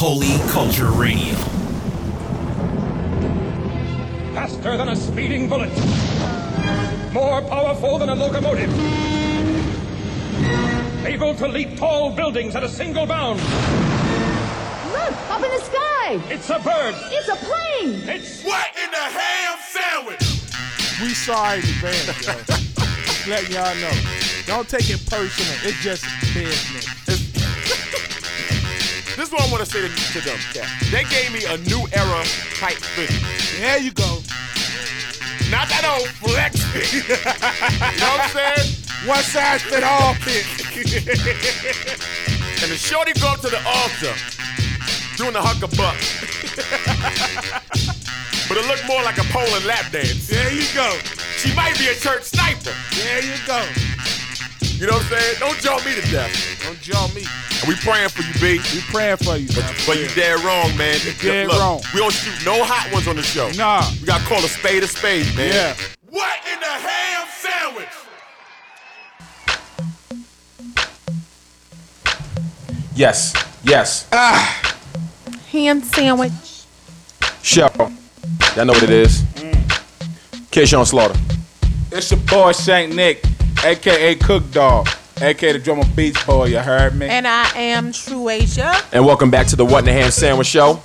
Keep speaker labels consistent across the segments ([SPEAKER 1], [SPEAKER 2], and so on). [SPEAKER 1] Holy Culture Radio.
[SPEAKER 2] Faster than a speeding bullet. More powerful than a locomotive. Able to leap tall buildings at a single bound.
[SPEAKER 3] Look, up in the sky!
[SPEAKER 2] It's a bird.
[SPEAKER 3] It's a plane!
[SPEAKER 2] It's
[SPEAKER 4] What in the ham sandwich?
[SPEAKER 5] We sorry in advance, yo. Just letting y'all know. Don't take it personal. It's just business.
[SPEAKER 4] This is what I want to say to, to them. Cat. They gave me a new era type thing.
[SPEAKER 5] There you go.
[SPEAKER 4] Not that old flex thing. you know what I'm saying?
[SPEAKER 5] One size fit all fit.
[SPEAKER 4] And the shorty go to the altar doing the hucker buck. but it looked more like a pole and lap dance.
[SPEAKER 5] There you go.
[SPEAKER 4] She might be a church sniper.
[SPEAKER 5] There you go.
[SPEAKER 4] You know what I'm saying? Don't jump me to death.
[SPEAKER 5] Don't jaw me.
[SPEAKER 4] And we praying for you, B.
[SPEAKER 5] We praying for you, man.
[SPEAKER 4] But you dead wrong, man. You
[SPEAKER 5] dead wrong.
[SPEAKER 4] We don't shoot no hot ones on the show.
[SPEAKER 5] Nah.
[SPEAKER 4] We gotta call a spade a spade, man.
[SPEAKER 5] Yeah.
[SPEAKER 4] What in the ham sandwich?
[SPEAKER 6] Yes, yes.
[SPEAKER 7] Ah. Ham sandwich.
[SPEAKER 6] Shell. Y'all know what it is.
[SPEAKER 5] Mm.
[SPEAKER 6] Keyshawn Slaughter.
[SPEAKER 5] It's your boy Shank Nick, aka Cook Dog, aka the drummer Beats Boy. You heard me?
[SPEAKER 7] And I am True Asia.
[SPEAKER 6] And welcome back to the What in the Ham Sandwich Show.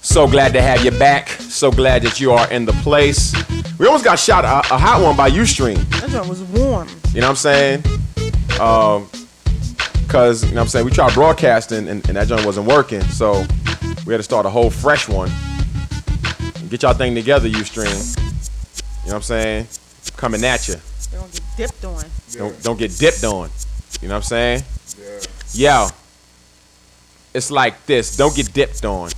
[SPEAKER 6] So glad to have you back. So glad that you are in the place. We almost got shot a, a hot one by Ustream.
[SPEAKER 7] That joint was warm.
[SPEAKER 6] You know what I'm saying? Um, cause you know what I'm saying we tried broadcasting and, and that joint wasn't working, so we had to start a whole fresh one. Get y'all thing together, Ustream. You know what I'm saying? Coming at you.
[SPEAKER 7] They're gonna get dipped on.
[SPEAKER 6] Don't don't get dipped on. You know what I'm saying? Yeah. Yo. It's like this. Don't get dipped on.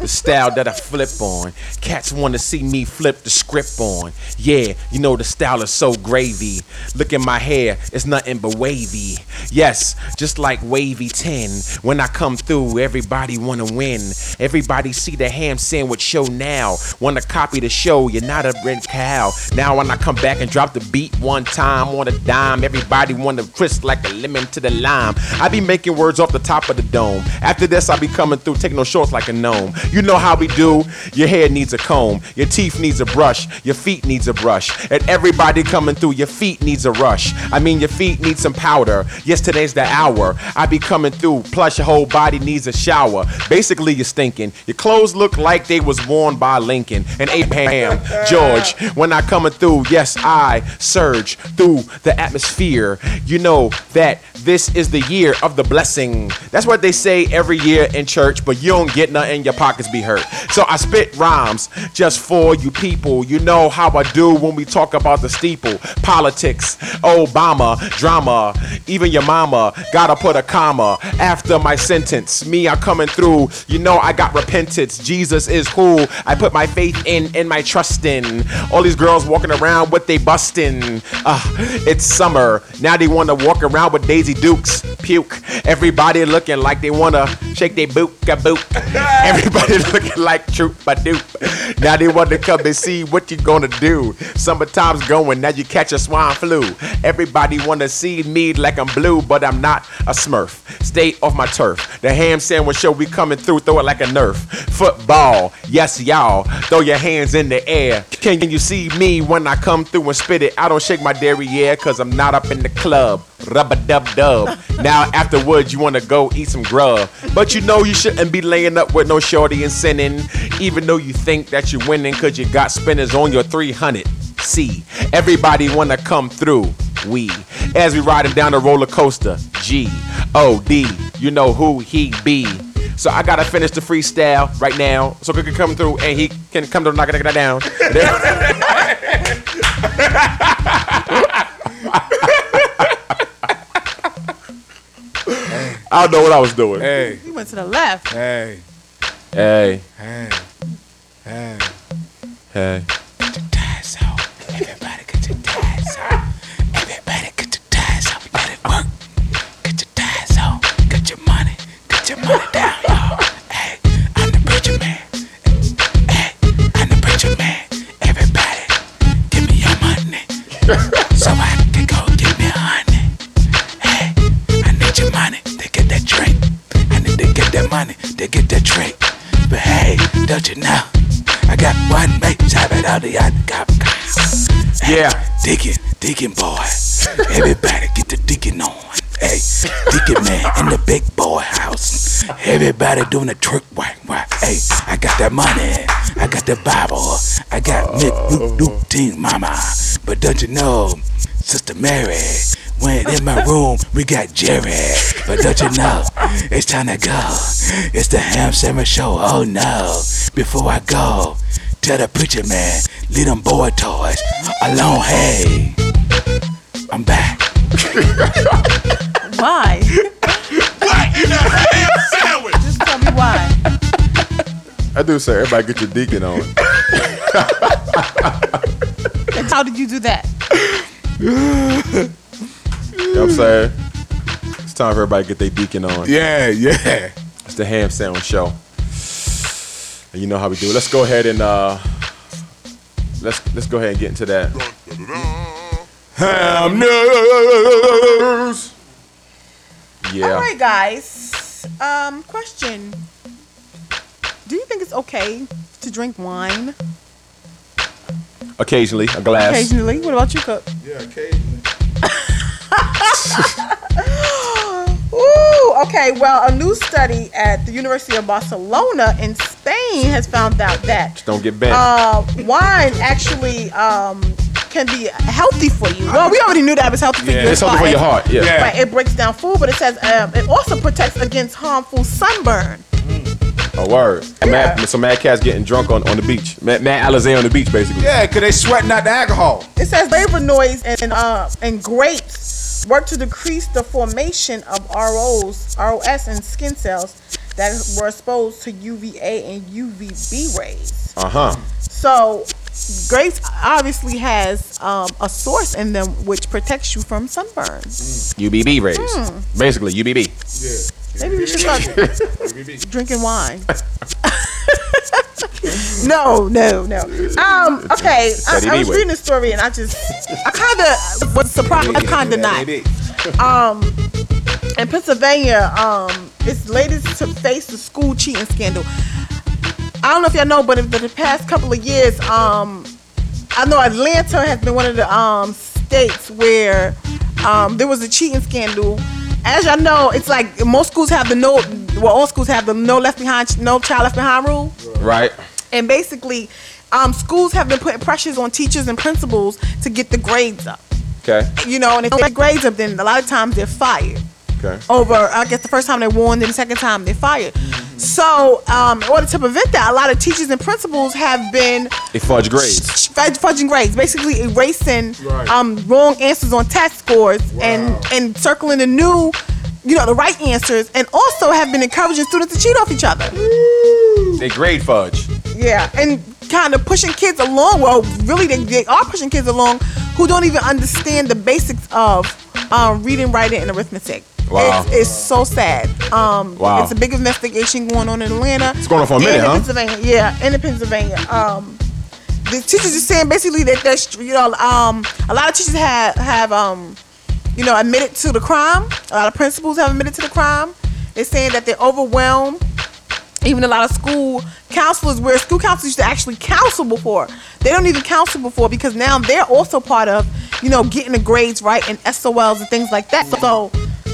[SPEAKER 6] The style that I flip on. Cats want to see me flip the script on. Yeah, you know the style is so gravy. Look at my hair, it's nothing but wavy. Yes, just like wavy 10. When I come through, everybody want to win. Everybody see the ham sandwich show now. Want to copy the show, you're not a rent cow. Now when I come back and drop the beat one time on a dime, everybody want to twist like a lemon to the lime. I be making words off the top of the dome. After this, I be coming through, taking no shorts like a gnome. You know how we do. Your hair needs a comb, your teeth needs a brush, your feet needs a brush, and everybody coming through, your feet needs a rush. I mean, your feet need some powder. Yes, today's the hour. I be coming through, plus your whole body needs a shower. Basically, you're stinking. Your clothes look like they was worn by Lincoln and Abraham George. When I coming through, yes, I surge through the atmosphere. You know that this is the year of the blessing. That's what they say every year in church, but you don't get nothing, your pockets be hurt. So I spit rhymes just for you people. You know how I do when we talk about the steeple, politics, Obama, drama, even your mama. Gotta put a comma after my sentence. Me, I'm coming through. You know I got repentance. Jesus is who I put my faith in and my trust in. All these girls walking around with they bustin'. Uh, it's summer. Now they wanna walk around with Daisy Dukes. Puke. Everybody looking like they wanna shake their boot a boot. Everybody looking like troop a doop. Now they wanna come and see what you gonna do. Summertime's going, now you catch a swine flu. Everybody wanna see me like I'm blue, but I'm not a smurf. Stay off my turf. The ham sandwich show we coming through, throw it like a nerf. Football, yes y'all. Throw your hands in the air. Can you see me when I come through and spit it? I don't shake my derriere cause I'm not up in the club. Rub a dub dub. Now afterwards you wanna go eat some grub. But you know you shouldn't be laying up with no shorty and sinning. Even though you think that you're winning cause you got spinners on your 300. C. Everybody wanna come through. We. As we riding down the roller coaster. G. O. D. You know who he be. So I gotta finish the freestyle right now, so it can come through and he can come to knock it down. I don't know what I was doing. Hey,
[SPEAKER 5] Hey,
[SPEAKER 7] He went to the left.
[SPEAKER 5] hey,
[SPEAKER 6] hey,
[SPEAKER 5] hey, hey.
[SPEAKER 6] hey.
[SPEAKER 5] Everybody get your ties up. Everybody get your ties up. Let it work. Get your ties up. Get your money. Get your money down, y'all. Hey, I'm the preacher man. Hey, I'm the preacher man. Everybody, give me your money. So I can go get me honey. Hey, I need your money to get that drink. I need to get that money to to get the trick. But hey, don't you know? I got one mate, top it out the other cop.
[SPEAKER 6] Yeah.
[SPEAKER 5] Deacon, Deacon boy. Everybody get the Deacon on. Hey, Deacon man in the big boy house. Everybody doing the trick work. work. Hey, I got that money. I got the Bible. I got Nick Luke Luke Team Mama. But don't you know, Sister Mary, when in my room we got Jerry. But don't you know, it's time to go. It's the Ham Sandwich Show. Oh no. Before I go, tell the preacher man, leave them boy toys alone. Hey, I'm back.
[SPEAKER 7] Why?
[SPEAKER 4] What in the ham sandwich?
[SPEAKER 7] Just tell me why.
[SPEAKER 6] I do say everybody get your deacon on.
[SPEAKER 7] And how did you do that?
[SPEAKER 6] You know what I'm saying? It's time for everybody to get their deacon on.
[SPEAKER 4] Yeah, yeah.
[SPEAKER 6] It's the Ham Sandwich Show. And you know how we do it. Let's go ahead and uh let's let's go ahead and get into that.
[SPEAKER 4] Ham news.
[SPEAKER 6] Yeah.
[SPEAKER 7] All right, guys. Um, question. Do you think it's okay to drink wine
[SPEAKER 6] Occasionally, a glass.
[SPEAKER 7] occasionally? What about you, Cook?
[SPEAKER 4] Yeah, occasionally.
[SPEAKER 7] Ooh, okay. Well, a new study at the University of Barcelona in Spain has found out that
[SPEAKER 6] Don't get bent.
[SPEAKER 7] uh, wine actually um, can be healthy for you. Well, we already knew that it was healthy for
[SPEAKER 6] yeah,
[SPEAKER 7] you.
[SPEAKER 6] it's something for
[SPEAKER 7] but-
[SPEAKER 6] your heart. Yeah.
[SPEAKER 4] Yeah.
[SPEAKER 7] Right, it breaks down food, but it says um, it also protects against harmful sunburn.
[SPEAKER 6] A word. Mad, so mad cats getting drunk on, on the beach. Mad, mad Alizé on the beach, basically.
[SPEAKER 4] Yeah, because they sweating out the alcohol.
[SPEAKER 7] It says flavonoids and uh, and grapes work to decrease the formation of ROs, ROS, and skin cells that were exposed to UVA and UVB rays.
[SPEAKER 6] Uh huh.
[SPEAKER 7] So, grapes obviously has um, a source in them which protects you from sunburn.
[SPEAKER 6] UBB rays.
[SPEAKER 7] Hmm.
[SPEAKER 6] Basically, UBB.
[SPEAKER 7] Maybe we should start drinking wine. no, no, no. Um, okay, I,
[SPEAKER 6] Steady
[SPEAKER 7] I was
[SPEAKER 6] anyway.
[SPEAKER 7] reading this story and I just, I kind of was surprised, I kind of not. Um, In Pennsylvania, um, it's latest to face the school cheating scandal. I don't know if y'all know, but in the past couple of years, um, I know Atlanta has been one of the um, states where um, there was a cheating scandal. As y'all know, it's like most schools have the no, well, all schools have the no left behind, no child left behind rule.
[SPEAKER 6] Right.
[SPEAKER 7] And basically, um, schools have been putting pressures on teachers and principals to get the grades up.
[SPEAKER 6] Okay.
[SPEAKER 7] You know, and if they don't get the grades up, then a lot of times they're fired
[SPEAKER 6] Okay.
[SPEAKER 7] over. I guess the first time they warned, then the second time they fired. So, um, in order to prevent that, a lot of teachers and principals have been
[SPEAKER 6] It fudge grades.
[SPEAKER 7] fudge- fudging grades, basically erasing
[SPEAKER 4] Right.
[SPEAKER 7] um, wrong answers on test scores
[SPEAKER 4] Wow.
[SPEAKER 7] and and circling the new, you know, the right answers, and also have been encouraging students to cheat off each other.
[SPEAKER 6] They grade fudge.
[SPEAKER 7] Yeah, and kind of pushing kids along. Well, really, they, they are pushing kids along who don't even understand the basics of um, reading, writing, and arithmetic.
[SPEAKER 6] Wow.
[SPEAKER 7] It's, it's so sad. Um,
[SPEAKER 6] Wow.
[SPEAKER 7] It's a big investigation going on in Atlanta. It's
[SPEAKER 6] going on for a minute,
[SPEAKER 7] in
[SPEAKER 6] huh?
[SPEAKER 7] Pennsylvania. Yeah, and in Pennsylvania. Um, the teachers are saying basically that they're, str- you know, um, a lot of teachers have, have um, you know, admitted to the crime. A lot of principals have admitted to the crime. They're saying that they're overwhelmed even a lot of school counselors where school counselors used to actually counsel before they don't even counsel before because now they're also part of you know getting the grades right and sols and things like that so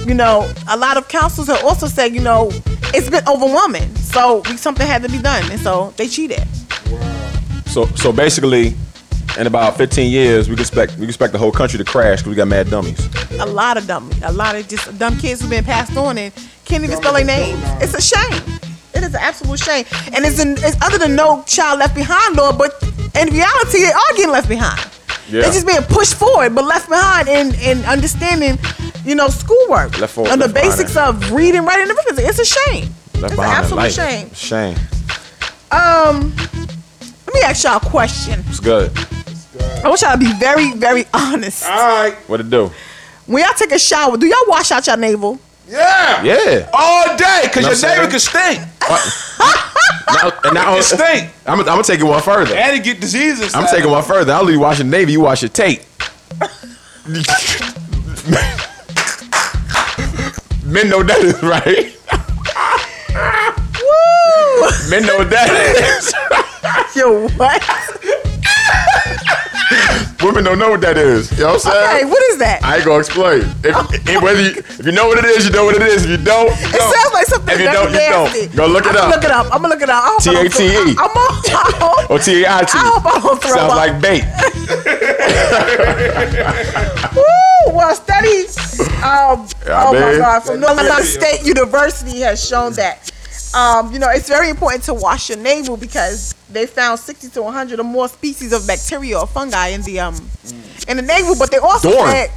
[SPEAKER 7] you know a lot of counselors have also said you know it's been overwhelming so we, something had to be done and so they cheated
[SPEAKER 6] So so basically, in about 15 years, we can expect we can expect the whole country to crash because we got mad dummies.
[SPEAKER 7] a lot of dumb a lot of just dumb kids who've been passed on and can't even spell their names it's a shame it is an absolute shame and it's, an, it's other than no child left behind law but in reality they are getting left behind
[SPEAKER 6] Yeah.
[SPEAKER 7] they're just being pushed forward but left behind in, in understanding you know schoolwork
[SPEAKER 6] Left forward,
[SPEAKER 7] and the
[SPEAKER 6] left behind.
[SPEAKER 7] basics of reading writing and arithmetic it's a shame it's
[SPEAKER 6] Left
[SPEAKER 7] an
[SPEAKER 6] behind in
[SPEAKER 7] absolute
[SPEAKER 6] life.
[SPEAKER 7] shame
[SPEAKER 6] Shame.
[SPEAKER 7] um let me ask y'all a question
[SPEAKER 6] It's good.
[SPEAKER 7] i want y'all to be very very honest
[SPEAKER 4] All right.
[SPEAKER 6] What it do?
[SPEAKER 7] when y'all take a shower do y'all wash out your navel
[SPEAKER 4] Yeah.
[SPEAKER 6] Yeah.
[SPEAKER 4] All day, because
[SPEAKER 6] No,
[SPEAKER 4] your
[SPEAKER 6] sir.
[SPEAKER 4] neighbor can stink.
[SPEAKER 6] Now, and now
[SPEAKER 4] It stink.
[SPEAKER 6] I'm gonna take it one further.
[SPEAKER 4] And it get diseases.
[SPEAKER 6] I'm taking one further. I'll leave washing navy. You wash your tape. Men know that is right. Men know what that is.
[SPEAKER 7] Yo, what?
[SPEAKER 8] Women don't know what that is. You know what I'm saying?
[SPEAKER 7] Hey, what is that?
[SPEAKER 8] I ain't gonna explain. If, if- whether you, if you know what it is, you know what it is. If you don't, you
[SPEAKER 7] It
[SPEAKER 8] don't.
[SPEAKER 7] sounds like something
[SPEAKER 8] If you
[SPEAKER 7] dirty
[SPEAKER 8] don't, you
[SPEAKER 7] nasty.
[SPEAKER 8] don't. Go look it
[SPEAKER 7] I'ma
[SPEAKER 8] up.
[SPEAKER 7] Look it up. I'm gonna look it up. I hope I don't throw-
[SPEAKER 8] T-A-T-E.
[SPEAKER 7] I'm on. I hope-
[SPEAKER 8] Or T A I T.
[SPEAKER 7] I hope I don't throw
[SPEAKER 8] Sounds
[SPEAKER 7] up.
[SPEAKER 8] like bait.
[SPEAKER 7] Woo! Well, studies. Um,
[SPEAKER 8] Yeah,
[SPEAKER 7] oh my
[SPEAKER 8] man.
[SPEAKER 7] God, from North Carolina State University has shown that. Um, you know, it's very important to wash your navel because they found 60 to 100 or more species of bacteria or fungi in the um in the navel. But they also
[SPEAKER 8] Dorn.
[SPEAKER 7] said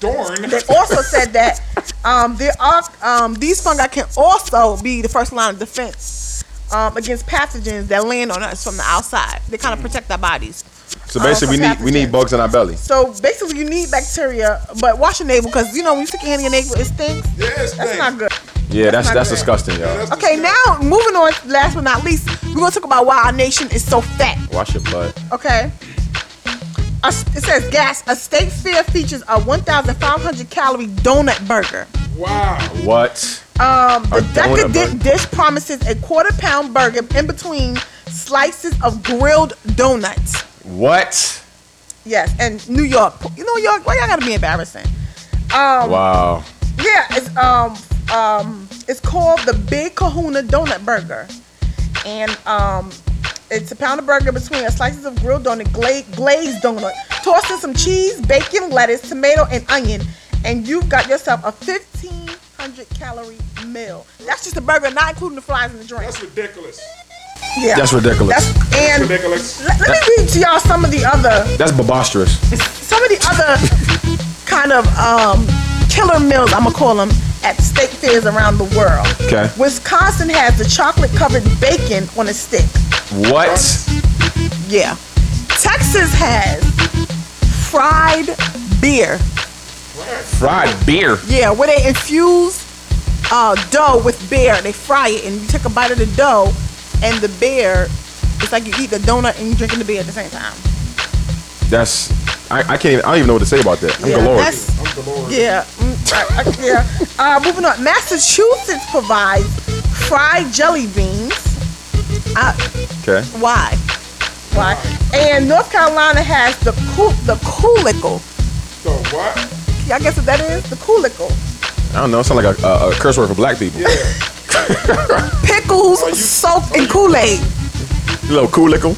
[SPEAKER 9] Dorn.
[SPEAKER 7] they also said that um, there are um, these fungi can also be the first line of defense um, against pathogens that land on us from the outside. They kind of protect our bodies.
[SPEAKER 6] Mm.
[SPEAKER 7] Uh,
[SPEAKER 6] So basically, we need we need bugs in our belly.
[SPEAKER 7] So basically, you need bacteria, but wash your navel because you know when you stick your hand in your navel, it stinks.
[SPEAKER 9] Yeah, it
[SPEAKER 7] that's
[SPEAKER 9] stinks.
[SPEAKER 7] not good.
[SPEAKER 6] Yeah, that's
[SPEAKER 7] That's
[SPEAKER 6] that's
[SPEAKER 7] not
[SPEAKER 6] disgusting, y'all.
[SPEAKER 7] Okay, now moving on. Last but not least, we're gonna talk about why our nation is so fat.
[SPEAKER 6] Wash your blood.
[SPEAKER 7] Okay. A- it says gas. A state fair features a 1,500 calorie donut burger.
[SPEAKER 9] Wow.
[SPEAKER 6] What?
[SPEAKER 7] Um, the
[SPEAKER 6] donut
[SPEAKER 7] decadent
[SPEAKER 6] burger.
[SPEAKER 7] dish promises a quarter pound burger in between slices of grilled donuts.
[SPEAKER 6] What?
[SPEAKER 7] Yes, and New York. You know, New York. Why y'all gotta be embarrassing? Um,
[SPEAKER 6] Wow.
[SPEAKER 7] Yeah, it's um um it's called the Big Kahuna Donut Burger, and um it's a pound of burger between a slices of grilled donut, gla- glazed donut, tossed in some cheese, bacon, lettuce, tomato, and onion, and you've got yourself a fifteen hundred calorie meal. That's just a burger, not including the fries and the drink.
[SPEAKER 9] That's ridiculous.
[SPEAKER 7] Yeah,
[SPEAKER 6] That's ridiculous.
[SPEAKER 7] That's- and let,
[SPEAKER 9] Ridiculous.
[SPEAKER 7] let me read to y'all some of the other
[SPEAKER 6] That's preposterous.
[SPEAKER 7] some of the other kind of um, killer meals, I'm gonna call them, at state fairs around the world.
[SPEAKER 6] Okay.
[SPEAKER 7] Wisconsin has the chocolate covered bacon on a stick.
[SPEAKER 6] What?
[SPEAKER 7] Yeah. Texas has fried beer.
[SPEAKER 6] Fried beer.
[SPEAKER 7] Yeah, where they infuse uh, dough with beer. They fry it, and you take a bite of the dough, and the beer. It's like you eat the donut and you drinking the beer at the same time.
[SPEAKER 6] That's I, I can't even I don't even know what to say about that. I'm
[SPEAKER 7] yeah,
[SPEAKER 6] galore.
[SPEAKER 7] that's- Yeah, mm, I- I- yeah. Uh, moving on. Massachusetts provides fried jelly beans. Uh,
[SPEAKER 6] Okay.
[SPEAKER 7] why? Why? And North Carolina has the cool, the coolicle.
[SPEAKER 9] So what?
[SPEAKER 7] Y'all guess what that is? The coolicle.
[SPEAKER 6] I don't know. It sounds like a, a, a curse word for black people.
[SPEAKER 7] Pickles soaked in Kool-Aid.
[SPEAKER 6] Little cool lickle.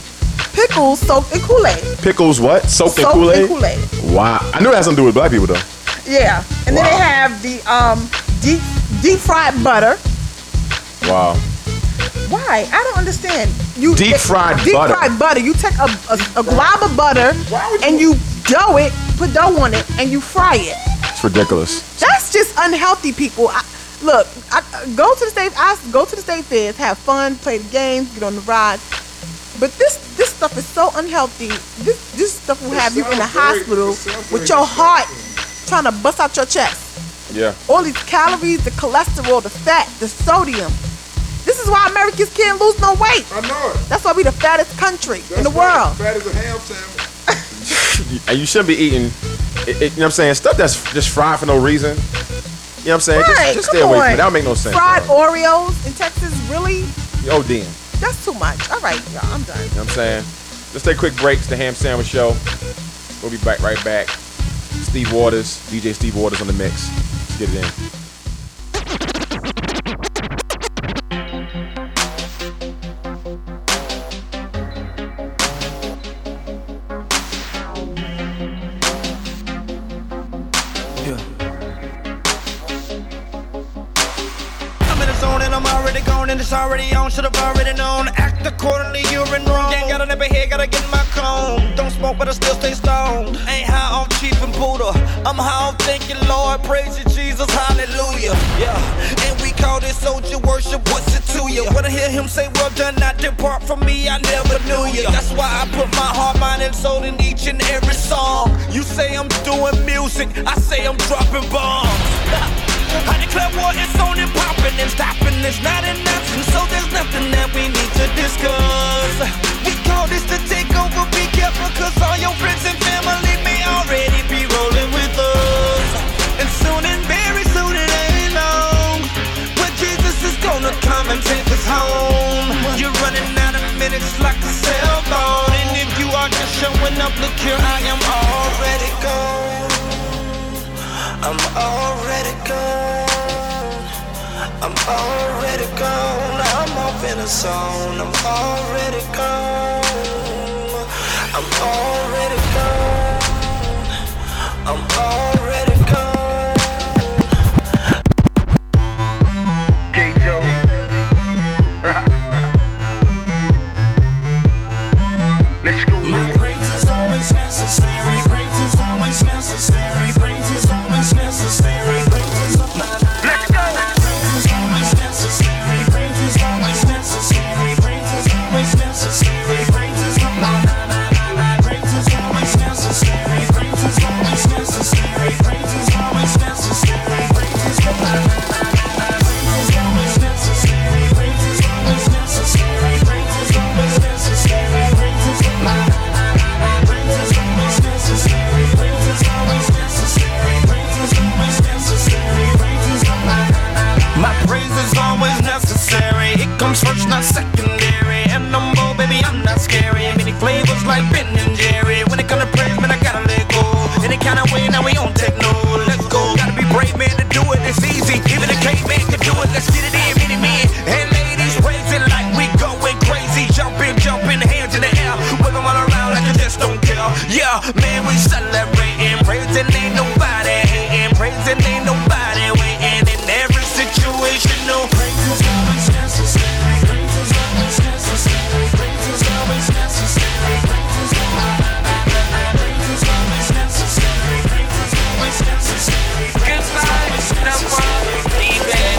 [SPEAKER 7] Pickles soaked in Kool-Aid.
[SPEAKER 6] Pickles what? Soaked,
[SPEAKER 7] soaked
[SPEAKER 6] in
[SPEAKER 7] in
[SPEAKER 6] Kool-Aid?
[SPEAKER 7] Kool-Aid.
[SPEAKER 6] Wow. I knew it had something to do with black people though.
[SPEAKER 7] Yeah. And then they have the um deep deep fried butter.
[SPEAKER 6] Wow.
[SPEAKER 7] Why? I don't understand. You
[SPEAKER 6] Deep fried
[SPEAKER 7] deep
[SPEAKER 6] butter.
[SPEAKER 7] fried butter. You take a, a, a glob of butter
[SPEAKER 9] Why would
[SPEAKER 7] and you dough it, put dough on it, and you fry it.
[SPEAKER 6] It's ridiculous.
[SPEAKER 7] That's just unhealthy, people. I, look, I, go to the state. I go to the state fairs, have fun, play the games, get on the rides. But this this stuff is so unhealthy. This this stuff will
[SPEAKER 9] It
[SPEAKER 7] have you in the
[SPEAKER 9] sounds very-
[SPEAKER 7] hospital
[SPEAKER 9] it sounds
[SPEAKER 7] with
[SPEAKER 9] very
[SPEAKER 7] your heart trying to bust out your chest
[SPEAKER 6] Yeah.
[SPEAKER 7] all these calories, the cholesterol, the fat, the sodium. This is why Americans can't lose no weight.
[SPEAKER 9] I know it.
[SPEAKER 7] That's why we the fattest country
[SPEAKER 9] That's
[SPEAKER 7] in the
[SPEAKER 9] right.
[SPEAKER 7] world.
[SPEAKER 9] Fat as a ham sandwich.
[SPEAKER 6] And you shouldn't be eating it, it- you know what I'm saying? Stuff that's just fried for no reason. You know what I'm saying? Just-
[SPEAKER 7] Right,
[SPEAKER 6] just stay
[SPEAKER 7] come
[SPEAKER 6] away from
[SPEAKER 7] on.
[SPEAKER 6] it. That don't make no sense.
[SPEAKER 7] Fried
[SPEAKER 6] bro.
[SPEAKER 7] Oreos in Texas, really?
[SPEAKER 6] You ODing. You know
[SPEAKER 7] That's too much. All right, y'all, I'm done.
[SPEAKER 6] what I'm saying? Let's take quick breaks. The Ham Sandwich Show. We'll be back right back. Steve Waters, DJ Steve Waters on the mix. Let's get it in.
[SPEAKER 10] I'm in the zone and I'm already gone and it's already on. Should've already known. Act accordingly, you're in wrong. Ain't got a nipper here, gotta get in my cone. Don't smoke, but I still stay stoned. Ain't high on chief and Buddha. I'm high on thanking Lord. Praise you, Jesus. Hallelujah. Yeah. And we call this soldier worship. What's it to you? When I hear him say, Well done, not depart from me, I never knew you. That's why I put my heart, mind, and soul in each and every song. You say I'm doing music, I say I'm dropping bombs. I declare war is on and popping and stopping is not an option, so there's nothing that we need to discuss. We call this the takeover, be careful, cause all your friends and family may already be rolling with us. And soon and very soon it ain't long, but Jesus is gonna come and take us home. You're
[SPEAKER 11] fixed like a cell phone. And if you are just showing up, look here, I am already gone. I'm already gone. I'm already gone. I'm off in a zone. I'm already gone. I'm already gone. I'm already gone. My brains is always necessary. Brains is always necessary. Brains is always necessary. Brains is always necessary. Brains is always necessary. Brains is always necessary. Brains is always necessary. Brains is always necessary. Brains is always necessary. Brains is always necessary. Brains is always necessary. Brains is always necessary. Brains is always necessary. Brains is always Brains is always necessary. Brains is always necessary. Brains is always necessary. Brains is always my praise is always necessary. It comes first, not secondary. And I'm bold, baby, I'm not scary. Many flavors like Ben and Jerry. When it comes to praise, man, I gotta let go. Any kind of way, now we on techno. Let's go. Gotta be brave, man, to do it. It's easy. Even a caveman can do it. Let's get it in, many men and ladies. Raise it like we going crazy. Jumping, jumping, hands in the air. Wave 'em all around like you just don't care. Yeah, man, we celebrating. Praising ain't nobody hating. Praising ain't nobody waiting. In every situation, no praise is always necessary. Praise is always necessary. Praise is always necessary. Praise is always Praise is always necessary. Praise is always necessary. Goodbye, number leaving.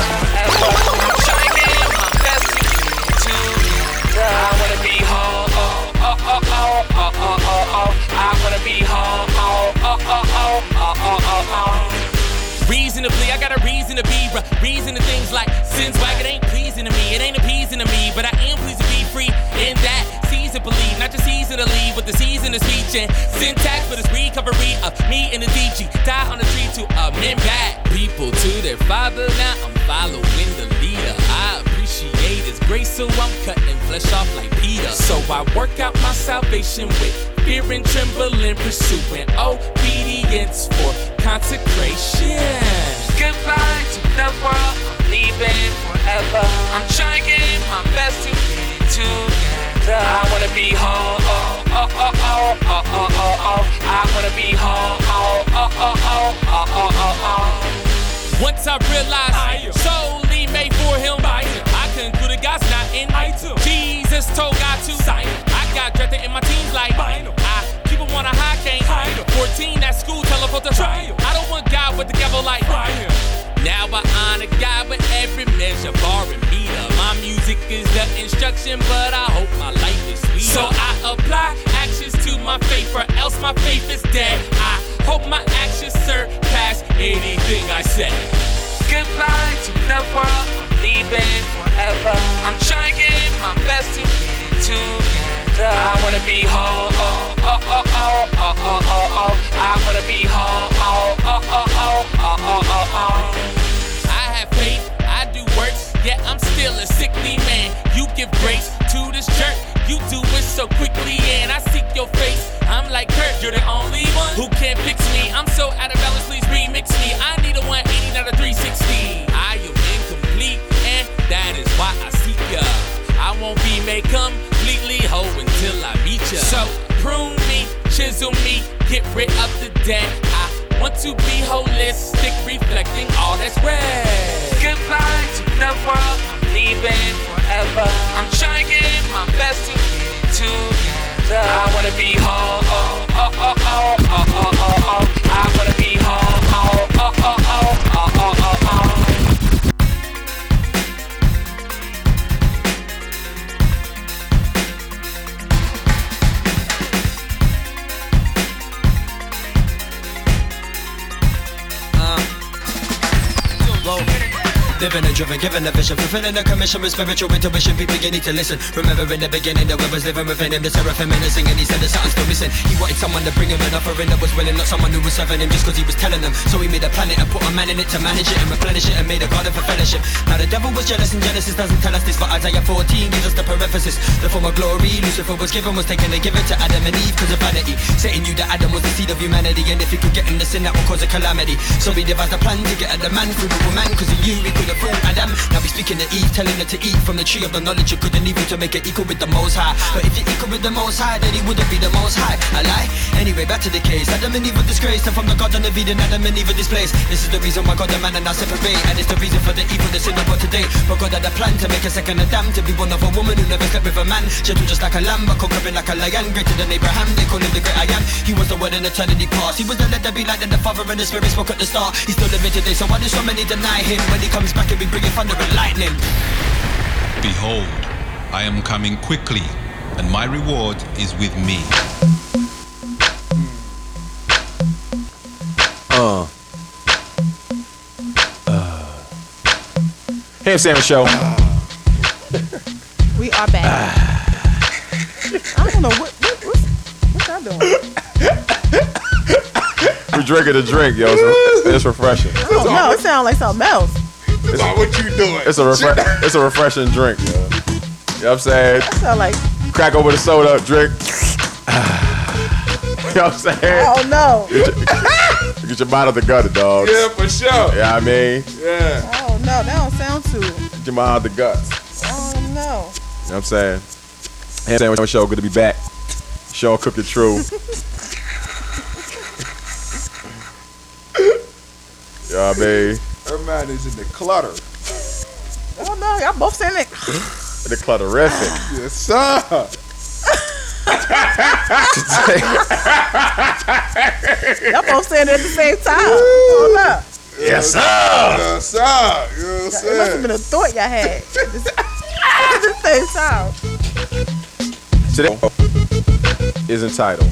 [SPEAKER 11] Shining, that's to the. I wanna be home. Oh, oh, oh, oh, oh, oh, oh, oh. I wanna be home. Oh, oh, oh, oh, oh, oh, oh, oh. Reasonably, I got a reason to be. Re- reason to things like sins, wag, it ain't pleasing to me. It ain't appeasing to me, but I am pleased to be free in that season. Believe, not just seasonally, but the season of speech and syntax for this recovery of me and the DG. Die on the tree to amend back people to their father. Now I'm following the leader. I appreciate his grace, so I'm cutting flesh off like Peter. So I work out my salvation with fear and trembling, pursuing obedience for consecration. Goodbye to the world, I'm leaving forever. I'm trying to give my best to get it together. I wanna be whole, oh, oh, oh, oh, oh, oh, oh, oh. I wanna be whole, oh, oh, oh, oh, oh, oh, oh, oh. Once I realized I am solely made for him, by him. I concluded God's not in I too. Jesus told God to sign him. I got drafted in my teens like Bind him. I keep him on a high cane. Hide him. 14 at school, tell her to try him. I don't want God with the devil like Fry him. Now I honor God with every measure, bar and meter. My music is the instruction, but I hope my life is sweet. So I apply actions to my faith, or else my faith is dead. I hope my actions surpass anything I said. Goodbye to the world, I'm leaving forever. I'm trying my best to get it together. I wanna be whole, oh, oh, oh, oh, oh, oh, oh, oh. I wanna be whole, oh, oh, oh, oh, oh, oh, oh, oh. I have faith, I do works, yet I'm still a sickly man. You give grace to this jerk, you do it so quickly, and I seek your face. I'm like Kurt, you're the only one who can fix me. I'm so out of balance, please remix me. I need a 180, not a 360. I am incomplete, and that is why I seek ya. I won't be made completely whole until I meet ya. So prune me, chisel me, get rid of the dead. I Want to be holistic, reflecting all that's red. Goodbye to the world, I'm leaving forever. I'm trying my best to get it together. I wanna be whole, oh, oh, oh, oh, oh, oh, oh, oh. I wanna be whole, oh, oh, oh, oh, oh, oh, oh, oh. Low.
[SPEAKER 12] Living and driven, giving a vision, fulfilling the commission with spiritual intuition. People, you need to listen. Remember in the beginning, the rivers living within him, the seraphim and singing. He said the sounds still missing. He wanted someone to bring him an offering that was willing, not someone who was serving him just cause he was telling them. So he made a planet and put a man in it to manage it and replenish it and made a garden for fellowship. Now the devil was jealous and Genesis doesn't tell us this, but Isaiah 14 gives us the parenthesis. The form of glory Lucifer was given was taken and given to Adam and Eve because of vanity. Satan knew that Adam was the seed of humanity, and if he could get in the sin, that would cause a calamity. So he devised a plan to get at the man through the woman, cause he knew he could have fooled Adam. Now he's speaking to Eve, telling her to eat from the tree of the knowledge of good and evil to make it equal with the most high. But if you're equal with the most high, then he wouldn't be the most high. I lie. Anyway, back to the case. Adam and Eve were disgraced, and from the garden of Eden, Adam and Eve were displaced. This is the reason why God and man are now separate, and it's the reason for the evil that's in the world today. But God had a plan to make a second Adam to be one of a woman who never slept with a man. Gentle just like a lamb, but conquering like a lion. Greater than Abraham, they call him the great I am. He was the word in eternity past. He was the letter be light and the father and the spirit spoke at the start. He's still living today, so why do so many deny him? When he comes back, he'll be bringing thunder and lightning.
[SPEAKER 13] Behold, I am coming quickly, and my reward is with me.
[SPEAKER 6] Ham sandwich show.
[SPEAKER 7] We are back. I don't know what, what what's what's I doing.
[SPEAKER 6] We drinking the drink, yo. It's, re- it's refreshing.
[SPEAKER 7] I don't know. It sounds like something else.
[SPEAKER 8] That's all what you doing.
[SPEAKER 6] It's a refre- it's a refreshing drink. Yo. You know what I'm saying?
[SPEAKER 7] It sound like
[SPEAKER 6] Crack over the soda, drink. you know what I'm saying?
[SPEAKER 7] oh no,
[SPEAKER 6] Get your mind out the gutter, dog.
[SPEAKER 8] Yeah, for sure.
[SPEAKER 6] Yeah, I mean,
[SPEAKER 8] Yeah.
[SPEAKER 7] oh no, that don't sound too.
[SPEAKER 6] get your mind out the guts.
[SPEAKER 7] Oh no.
[SPEAKER 6] You know what I'm saying? Ham sandwich show, good to be back. Show cook it true. you know what I mean?
[SPEAKER 8] Her mind is in the clutter.
[SPEAKER 7] Oh no, y'all both saying it.
[SPEAKER 6] The clutterific.
[SPEAKER 8] Yes, sir.
[SPEAKER 7] Y'all both saying it at the same time. Oh no.
[SPEAKER 6] yes, sir.
[SPEAKER 8] Yes, sir. You know what I'm
[SPEAKER 7] It must have
[SPEAKER 8] saying?
[SPEAKER 7] been a thought y'all had. Just- at the same time.
[SPEAKER 6] Today is entitled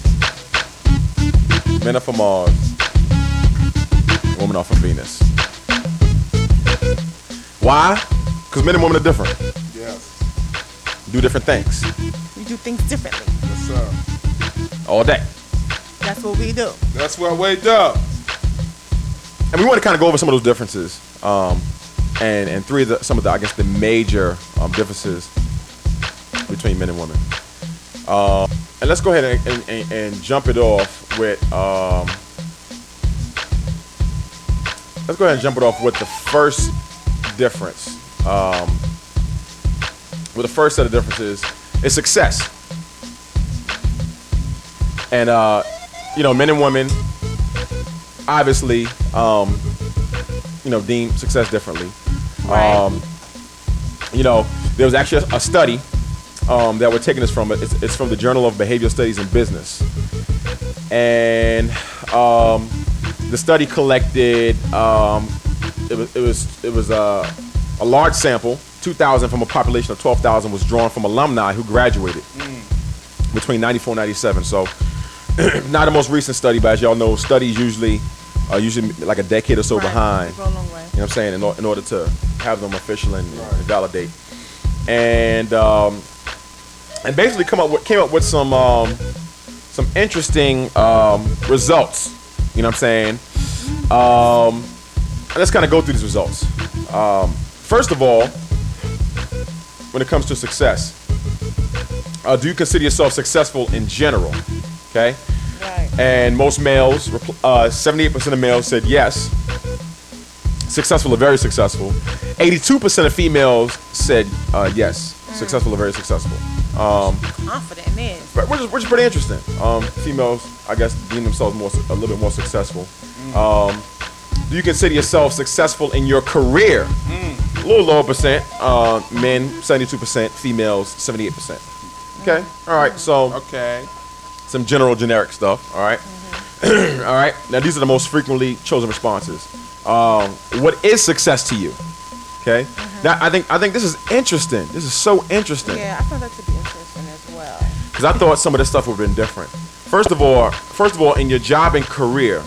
[SPEAKER 6] Men are from Mars, Women are from Venus. Why? Because men and women are different,
[SPEAKER 8] Yes.
[SPEAKER 6] do different things
[SPEAKER 7] We do things differently.
[SPEAKER 8] Yes, sir.
[SPEAKER 6] all day.
[SPEAKER 7] That's what we do.
[SPEAKER 8] That's what we do.
[SPEAKER 6] and we want to kind of go over some of those differences, um, and and three of the, some of the I guess the major um, differences between men and women. Uh, and let's go ahead and, and, and, and jump it off with um, let's go ahead and jump it off with the first difference. Um, with the first set of differences is success, and uh, you know men and women obviously, um, you know, deem success differently. Um, you know, there was actually a, a study um, that we're taking this from. It's, it's from the Journal of Behavioral Studies in Business, and um, the study collected. Um, it was it was it was uh, a large sample, 2,000 from a population of 12,000 was drawn from alumni who graduated between 94 and 97. So not the most recent study, but as y'all know, studies usually are usually like a decade or so
[SPEAKER 7] Right.
[SPEAKER 6] behind.
[SPEAKER 7] We go a long way.
[SPEAKER 6] You know what I'm saying? In, or- in order to have them official and, and validate, and um, and basically come up with, came up with some um, some interesting um, results. You know what I'm saying? Um, and let's kind of go through these results. Um, first of all, when it comes to success, uh, do you consider yourself successful in general? Okay.
[SPEAKER 7] Right.
[SPEAKER 6] And most males, repl- uh, 78% of males said yes. Successful or very successful. 82% of females said uh, yes. Successful or very successful. Um,
[SPEAKER 7] Confident man.
[SPEAKER 6] But Which is, which is pretty interesting. Um, females, I guess, deem themselves more a little bit more successful. Um, do you consider yourself successful in your career? A little lower percent. Uh, men, 72%. Females, 78%. Okay. All right. So
[SPEAKER 8] Okay.
[SPEAKER 6] some general generic stuff. All right? all right. Now these are the most frequently chosen responses. Um, what is success to you? Okay. Now I think I think this is interesting. This is so interesting
[SPEAKER 7] Yeah, I thought that could be interesting as well.
[SPEAKER 6] because I thought some of this stuff would have been different. First of all, first of all, in your job and career,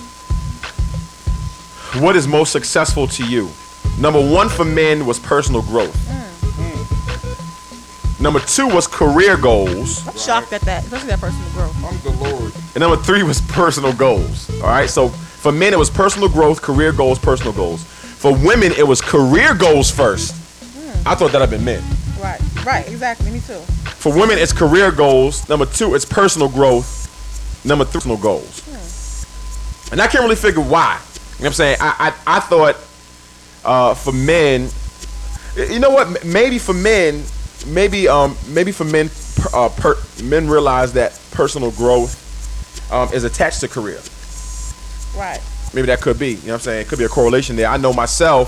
[SPEAKER 6] what is most successful to you? Number one for men was personal growth. Number two was career goals.
[SPEAKER 7] I'm shocked at that, especially that personal growth.
[SPEAKER 8] I'm the Lord.
[SPEAKER 6] And number three was personal goals. All right. So for men, it was personal growth, career goals, personal goals. For women, it was career goals first. I thought that had been men.
[SPEAKER 7] Right, right, exactly. Me too.
[SPEAKER 6] For women, it's career goals. Number two, it's personal growth. Number three, personal goals.
[SPEAKER 7] Hmm.
[SPEAKER 6] And I can't really figure why. You know what I'm saying? I I, I thought uh, for men, you know what? M- Maybe for men, maybe um maybe for men, per, uh, per, men realize that personal growth um, is attached to career
[SPEAKER 7] Right.
[SPEAKER 6] maybe that could be. You know what I'm saying? It could be a correlation there. I know myself,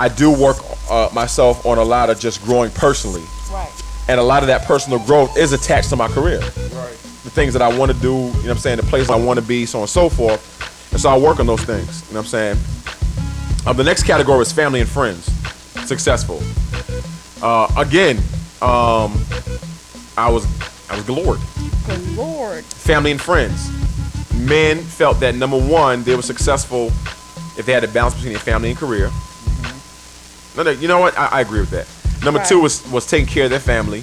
[SPEAKER 6] I do work uh, myself on a lot of just growing personally.
[SPEAKER 7] Right.
[SPEAKER 6] And a lot of that personal growth is attached to my career.
[SPEAKER 8] Right.
[SPEAKER 6] The things that I want to do, you know what I'm saying? The place I want to be, so on and so forth. And so I work on those things. You know what I'm saying? Um, the next category is family and friends. Successful. Uh, again, um, I was I was glory
[SPEAKER 7] Good lord.
[SPEAKER 6] family and friends. Men felt that number one, they were successful if they had a balance between their family and career. No, no, you know what? I, I agree with that. Number
[SPEAKER 7] Mm-hmm. Right. Mm-hmm.
[SPEAKER 6] two was was taking care of their family.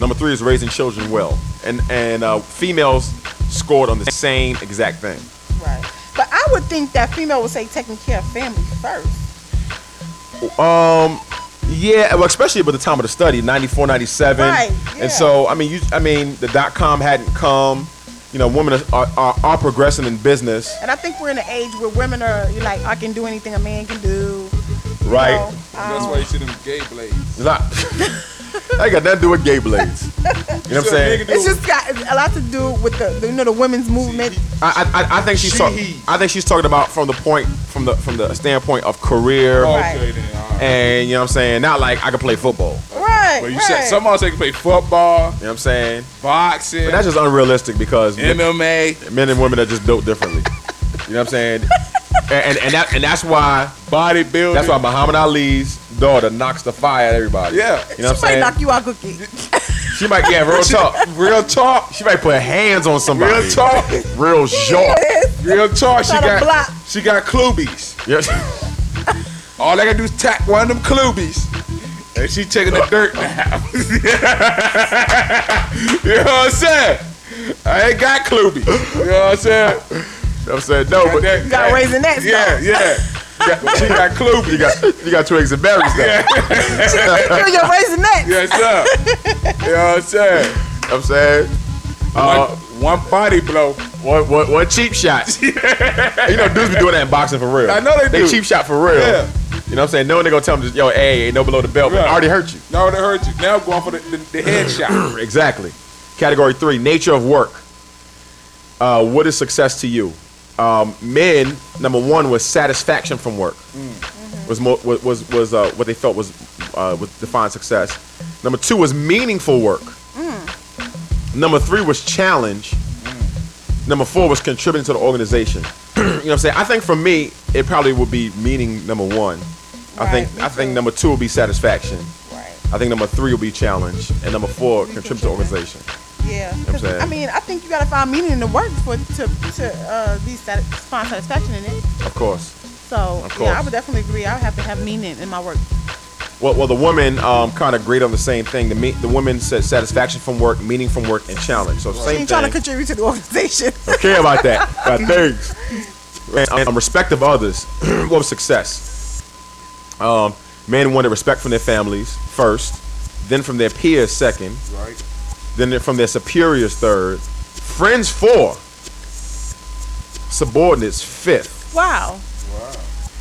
[SPEAKER 6] Number three is raising children well, and and uh, females scored on the same exact thing.
[SPEAKER 7] Right. But I would think that female would say taking care of family first.
[SPEAKER 6] Um, Yeah, well, especially by the time of the study, 94, 97.
[SPEAKER 7] Right, yeah.
[SPEAKER 6] And so, I mean, you, I mean, the dot com hadn't come. You know, women are, are, are progressing in business,
[SPEAKER 7] And I think we're in an age where women are you're like, I can do anything a man can do. you
[SPEAKER 6] right?
[SPEAKER 7] know,
[SPEAKER 8] And that's
[SPEAKER 7] um,
[SPEAKER 8] why you see them gay blades.
[SPEAKER 6] It's not. I got nothing to do with gay blades. You know what I'm saying?
[SPEAKER 7] It's just got a lot to do with the, the you know the women's movement.
[SPEAKER 6] I, I- I, I think she's
[SPEAKER 8] She,
[SPEAKER 6] talking.
[SPEAKER 8] he.
[SPEAKER 6] I think she's talking about from the point from the from the standpoint of career
[SPEAKER 8] Okay, then. all right.
[SPEAKER 6] and you know what I'm saying. Not like I can play football. You
[SPEAKER 7] Right.
[SPEAKER 8] But you
[SPEAKER 7] right.
[SPEAKER 8] said some of us they can play football,
[SPEAKER 6] know what I'm saying?
[SPEAKER 8] boxing,
[SPEAKER 6] But that's just unrealistic because men,
[SPEAKER 8] MMA.
[SPEAKER 6] men and women are just built differently. you know what I'm saying? And and, and that and that's why
[SPEAKER 8] bodybuilding.
[SPEAKER 6] that's why Muhammad Ali's daughter knocks the fire at everybody.
[SPEAKER 8] Yeah.
[SPEAKER 6] You know what I'm
[SPEAKER 7] she might
[SPEAKER 6] saying?
[SPEAKER 7] knock you out cookie.
[SPEAKER 6] she might yeah, real talk.
[SPEAKER 8] Real talk.
[SPEAKER 6] She might put hands on somebody.
[SPEAKER 8] Real talk.
[SPEAKER 6] Real short.
[SPEAKER 8] Real talk. She
[SPEAKER 7] Try to
[SPEAKER 8] got
[SPEAKER 7] block.
[SPEAKER 8] she got clubies.
[SPEAKER 6] Yeah.
[SPEAKER 8] All I gotta do is tap one of them clubies. And she taking the dirt now. you know what I'm saying? I ain't got clubies. You know what I'm saying?
[SPEAKER 6] I'm saying no, but
[SPEAKER 8] That-
[SPEAKER 7] Got raising that
[SPEAKER 8] Yeah,
[SPEAKER 7] stuff.
[SPEAKER 8] yeah. But she got clubies.
[SPEAKER 6] you got you got two eggs and berries though.
[SPEAKER 7] Feel your raising that.
[SPEAKER 8] Yes, sir. You know what I'm saying? Uh,
[SPEAKER 6] I'm saying
[SPEAKER 8] one, one body blow.
[SPEAKER 6] one, one, one cheap shot. you know dudes be doing that in boxing for real.
[SPEAKER 8] I know they
[SPEAKER 6] they
[SPEAKER 8] do.
[SPEAKER 6] cheap shot for real.
[SPEAKER 8] Yeah.
[SPEAKER 6] You know what I'm saying? No one they gonna tell them, yo, hey, ain't no below the belt, but I
[SPEAKER 8] Right.
[SPEAKER 6] already hurt you.
[SPEAKER 8] No, they hurt you. Now I'm going for the, the, the headshot.
[SPEAKER 6] Exactly. Category three, nature of work. Uh, what is success to you? Um, men, number one was satisfaction from work. Was mo- was was, was uh, what they felt was uh, was defined success. Number two was meaningful work. Number three was challenge. Number four was contributing to the organization. you know what I'm saying? I think for me, it probably would be meaning number one. I think
[SPEAKER 7] Right, me
[SPEAKER 6] I think number two would be satisfaction.
[SPEAKER 7] Right.
[SPEAKER 6] I think number three will be challenge, and number four contribute to organization.
[SPEAKER 7] Yeah.
[SPEAKER 6] I'm
[SPEAKER 7] 'cause,
[SPEAKER 6] saying.
[SPEAKER 7] I mean, I think you gotta find meaning in the work for to to uh, be sati- find satisfaction in it.
[SPEAKER 6] Of course.
[SPEAKER 7] So
[SPEAKER 6] Of
[SPEAKER 7] yeah, I
[SPEAKER 6] course.
[SPEAKER 7] would definitely agree. I would have to have meaning in my work.
[SPEAKER 6] Well, well, the woman um, kind of agreed on the same thing. The me- the woman said satisfaction from work, meaning from work, and challenge. So
[SPEAKER 7] She
[SPEAKER 6] same
[SPEAKER 7] ain't trying to
[SPEAKER 6] thing.
[SPEAKER 7] contribute to the organization.
[SPEAKER 6] Don't care about that. About things. And, um, respect of others. what was success? Um, men wanted respect from their families first, then from their peers second,
[SPEAKER 8] right.
[SPEAKER 6] then they're from their superiors third, friends four, subordinates fifth.
[SPEAKER 7] Wow.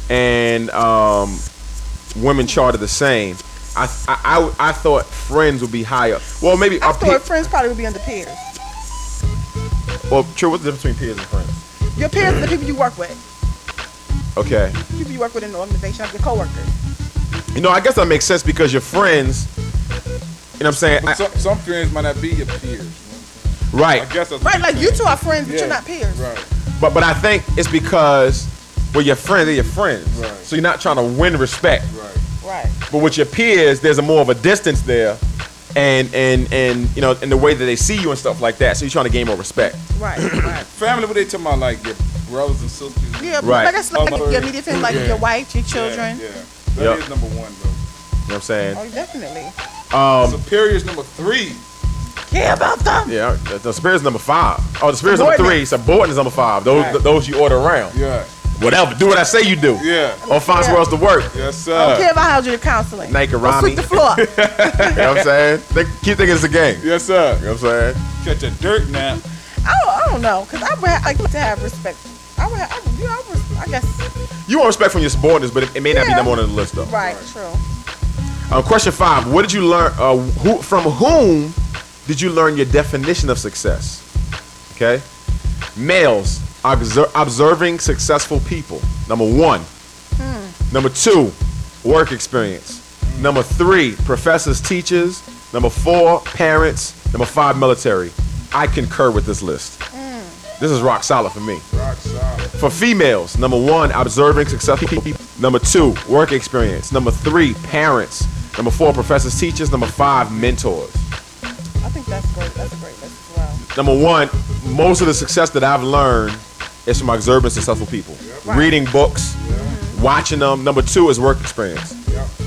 [SPEAKER 6] and um, women charted the same. I, I, I, I thought friends would be higher. Well, maybe
[SPEAKER 7] I
[SPEAKER 6] our
[SPEAKER 7] thought
[SPEAKER 6] pe-
[SPEAKER 7] friends probably would be under peers.
[SPEAKER 6] well, true. What's the difference between peers and friends?
[SPEAKER 7] Your peers are the people you work with,
[SPEAKER 6] Okay,
[SPEAKER 7] people you work with in the organization, like your coworkers.
[SPEAKER 6] you know, I guess that makes sense because your friends. You know what I'm saying?
[SPEAKER 8] But
[SPEAKER 6] I-
[SPEAKER 8] some, some friends might not be your peers. I
[SPEAKER 6] right.
[SPEAKER 8] guess that's
[SPEAKER 7] Right,
[SPEAKER 8] what
[SPEAKER 7] like you
[SPEAKER 8] you're
[SPEAKER 7] two are friends, but
[SPEAKER 8] saying.
[SPEAKER 7] you're not peers.
[SPEAKER 8] Right.
[SPEAKER 6] But but I think it's because well, your friends they're your friends,
[SPEAKER 8] Right.
[SPEAKER 6] so you're not trying to win respect.
[SPEAKER 8] Right.
[SPEAKER 7] Right.
[SPEAKER 6] But with your peers, there's a more of a distance there, and and and you know, and the way that they see you and stuff like that. So you're trying to gain more respect.
[SPEAKER 7] Right. Right.
[SPEAKER 8] Family, what they talking about? Like your brothers and sisters.
[SPEAKER 7] Yeah, but
[SPEAKER 6] Right.
[SPEAKER 7] like I said, like your immediate family, like
[SPEAKER 8] Yeah.
[SPEAKER 7] your wife, your children.
[SPEAKER 8] Yeah, yeah. That
[SPEAKER 6] Yep.
[SPEAKER 8] is number one, though.
[SPEAKER 6] You know what I'm saying?
[SPEAKER 7] Oh, definitely.
[SPEAKER 6] Um,
[SPEAKER 8] Superior's number three.
[SPEAKER 7] Care about them.
[SPEAKER 6] yeah, the, the spirit's number five. Oh, the spirit's number three.
[SPEAKER 7] Subordinate.
[SPEAKER 6] Subordinate is number five. Those
[SPEAKER 8] Right.
[SPEAKER 6] those you order around.
[SPEAKER 8] Yeah,
[SPEAKER 6] Whatever. Do what I say you do.
[SPEAKER 8] yeah.
[SPEAKER 6] Or find somewhere else to work.
[SPEAKER 8] Yes,
[SPEAKER 7] I don't
[SPEAKER 8] sir.
[SPEAKER 7] care about how you're counseling.
[SPEAKER 6] Uh, Nike
[SPEAKER 7] Go
[SPEAKER 6] Rami.
[SPEAKER 7] sweep the floor.
[SPEAKER 6] You know what I'm saying? They keep thinking it's a game. You
[SPEAKER 8] Yes, sir.
[SPEAKER 6] know what I'm saying?
[SPEAKER 8] Catch a dirt nap.
[SPEAKER 7] I don't, I don't know, cause I would have, like to have respect. I would, have, I, would- you know, I, would, I guess.
[SPEAKER 6] You want respect from your subordinates, but it, it may not be
[SPEAKER 7] Yeah.
[SPEAKER 6] number one on the list though.
[SPEAKER 7] Right, true.
[SPEAKER 6] Uh, question five: What did you learn? Uh, who, from whom did you learn your definition of success? Okay, males obser- observing successful people. Number one. Number two, work experience. Number three, professors, teachers. Number four, parents. Number five, military. I concur with this list.
[SPEAKER 7] Mm.
[SPEAKER 6] This is rock solid for me.
[SPEAKER 8] Rock solid.
[SPEAKER 6] For females, number one, observing successful people. Number two, work experience. Number three, parents. Number four, professors, teachers. Number five, mentors.
[SPEAKER 7] I think that's great. That's a great list as well.
[SPEAKER 6] Number one, most of the success that I've learned is from observing successful people, reading books, watching them. Number two is work experience.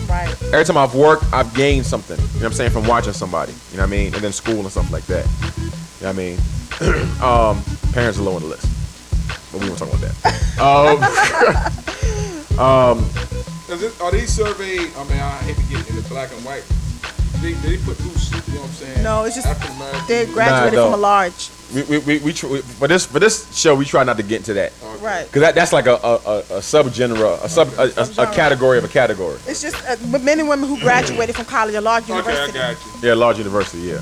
[SPEAKER 7] Right.
[SPEAKER 6] Every time I've worked, I've gained something. You know what I'm saying? From watching somebody. You know what I mean? And then school and stuff like that. You know what I mean? um, parents are low on the list. But we won't talk about Um, that.
[SPEAKER 8] Is it, are these surveyed? I mean, I hate to get into black and white. They, they put who's, you know what I'm saying?
[SPEAKER 7] No, it's just
[SPEAKER 8] African American.
[SPEAKER 7] they graduated
[SPEAKER 6] Nah,
[SPEAKER 7] from a
[SPEAKER 6] dog.
[SPEAKER 7] large.
[SPEAKER 6] We, we, we, we, tr- we for this for this show we try not to get into that
[SPEAKER 7] Right.
[SPEAKER 6] because that, that's like a a, a, a subgenre a sub a, a, a category of a category
[SPEAKER 7] It's just uh, but men and women who graduated from college, a large
[SPEAKER 8] Okay, I
[SPEAKER 7] university.
[SPEAKER 8] got you.
[SPEAKER 6] yeah large university yeah you know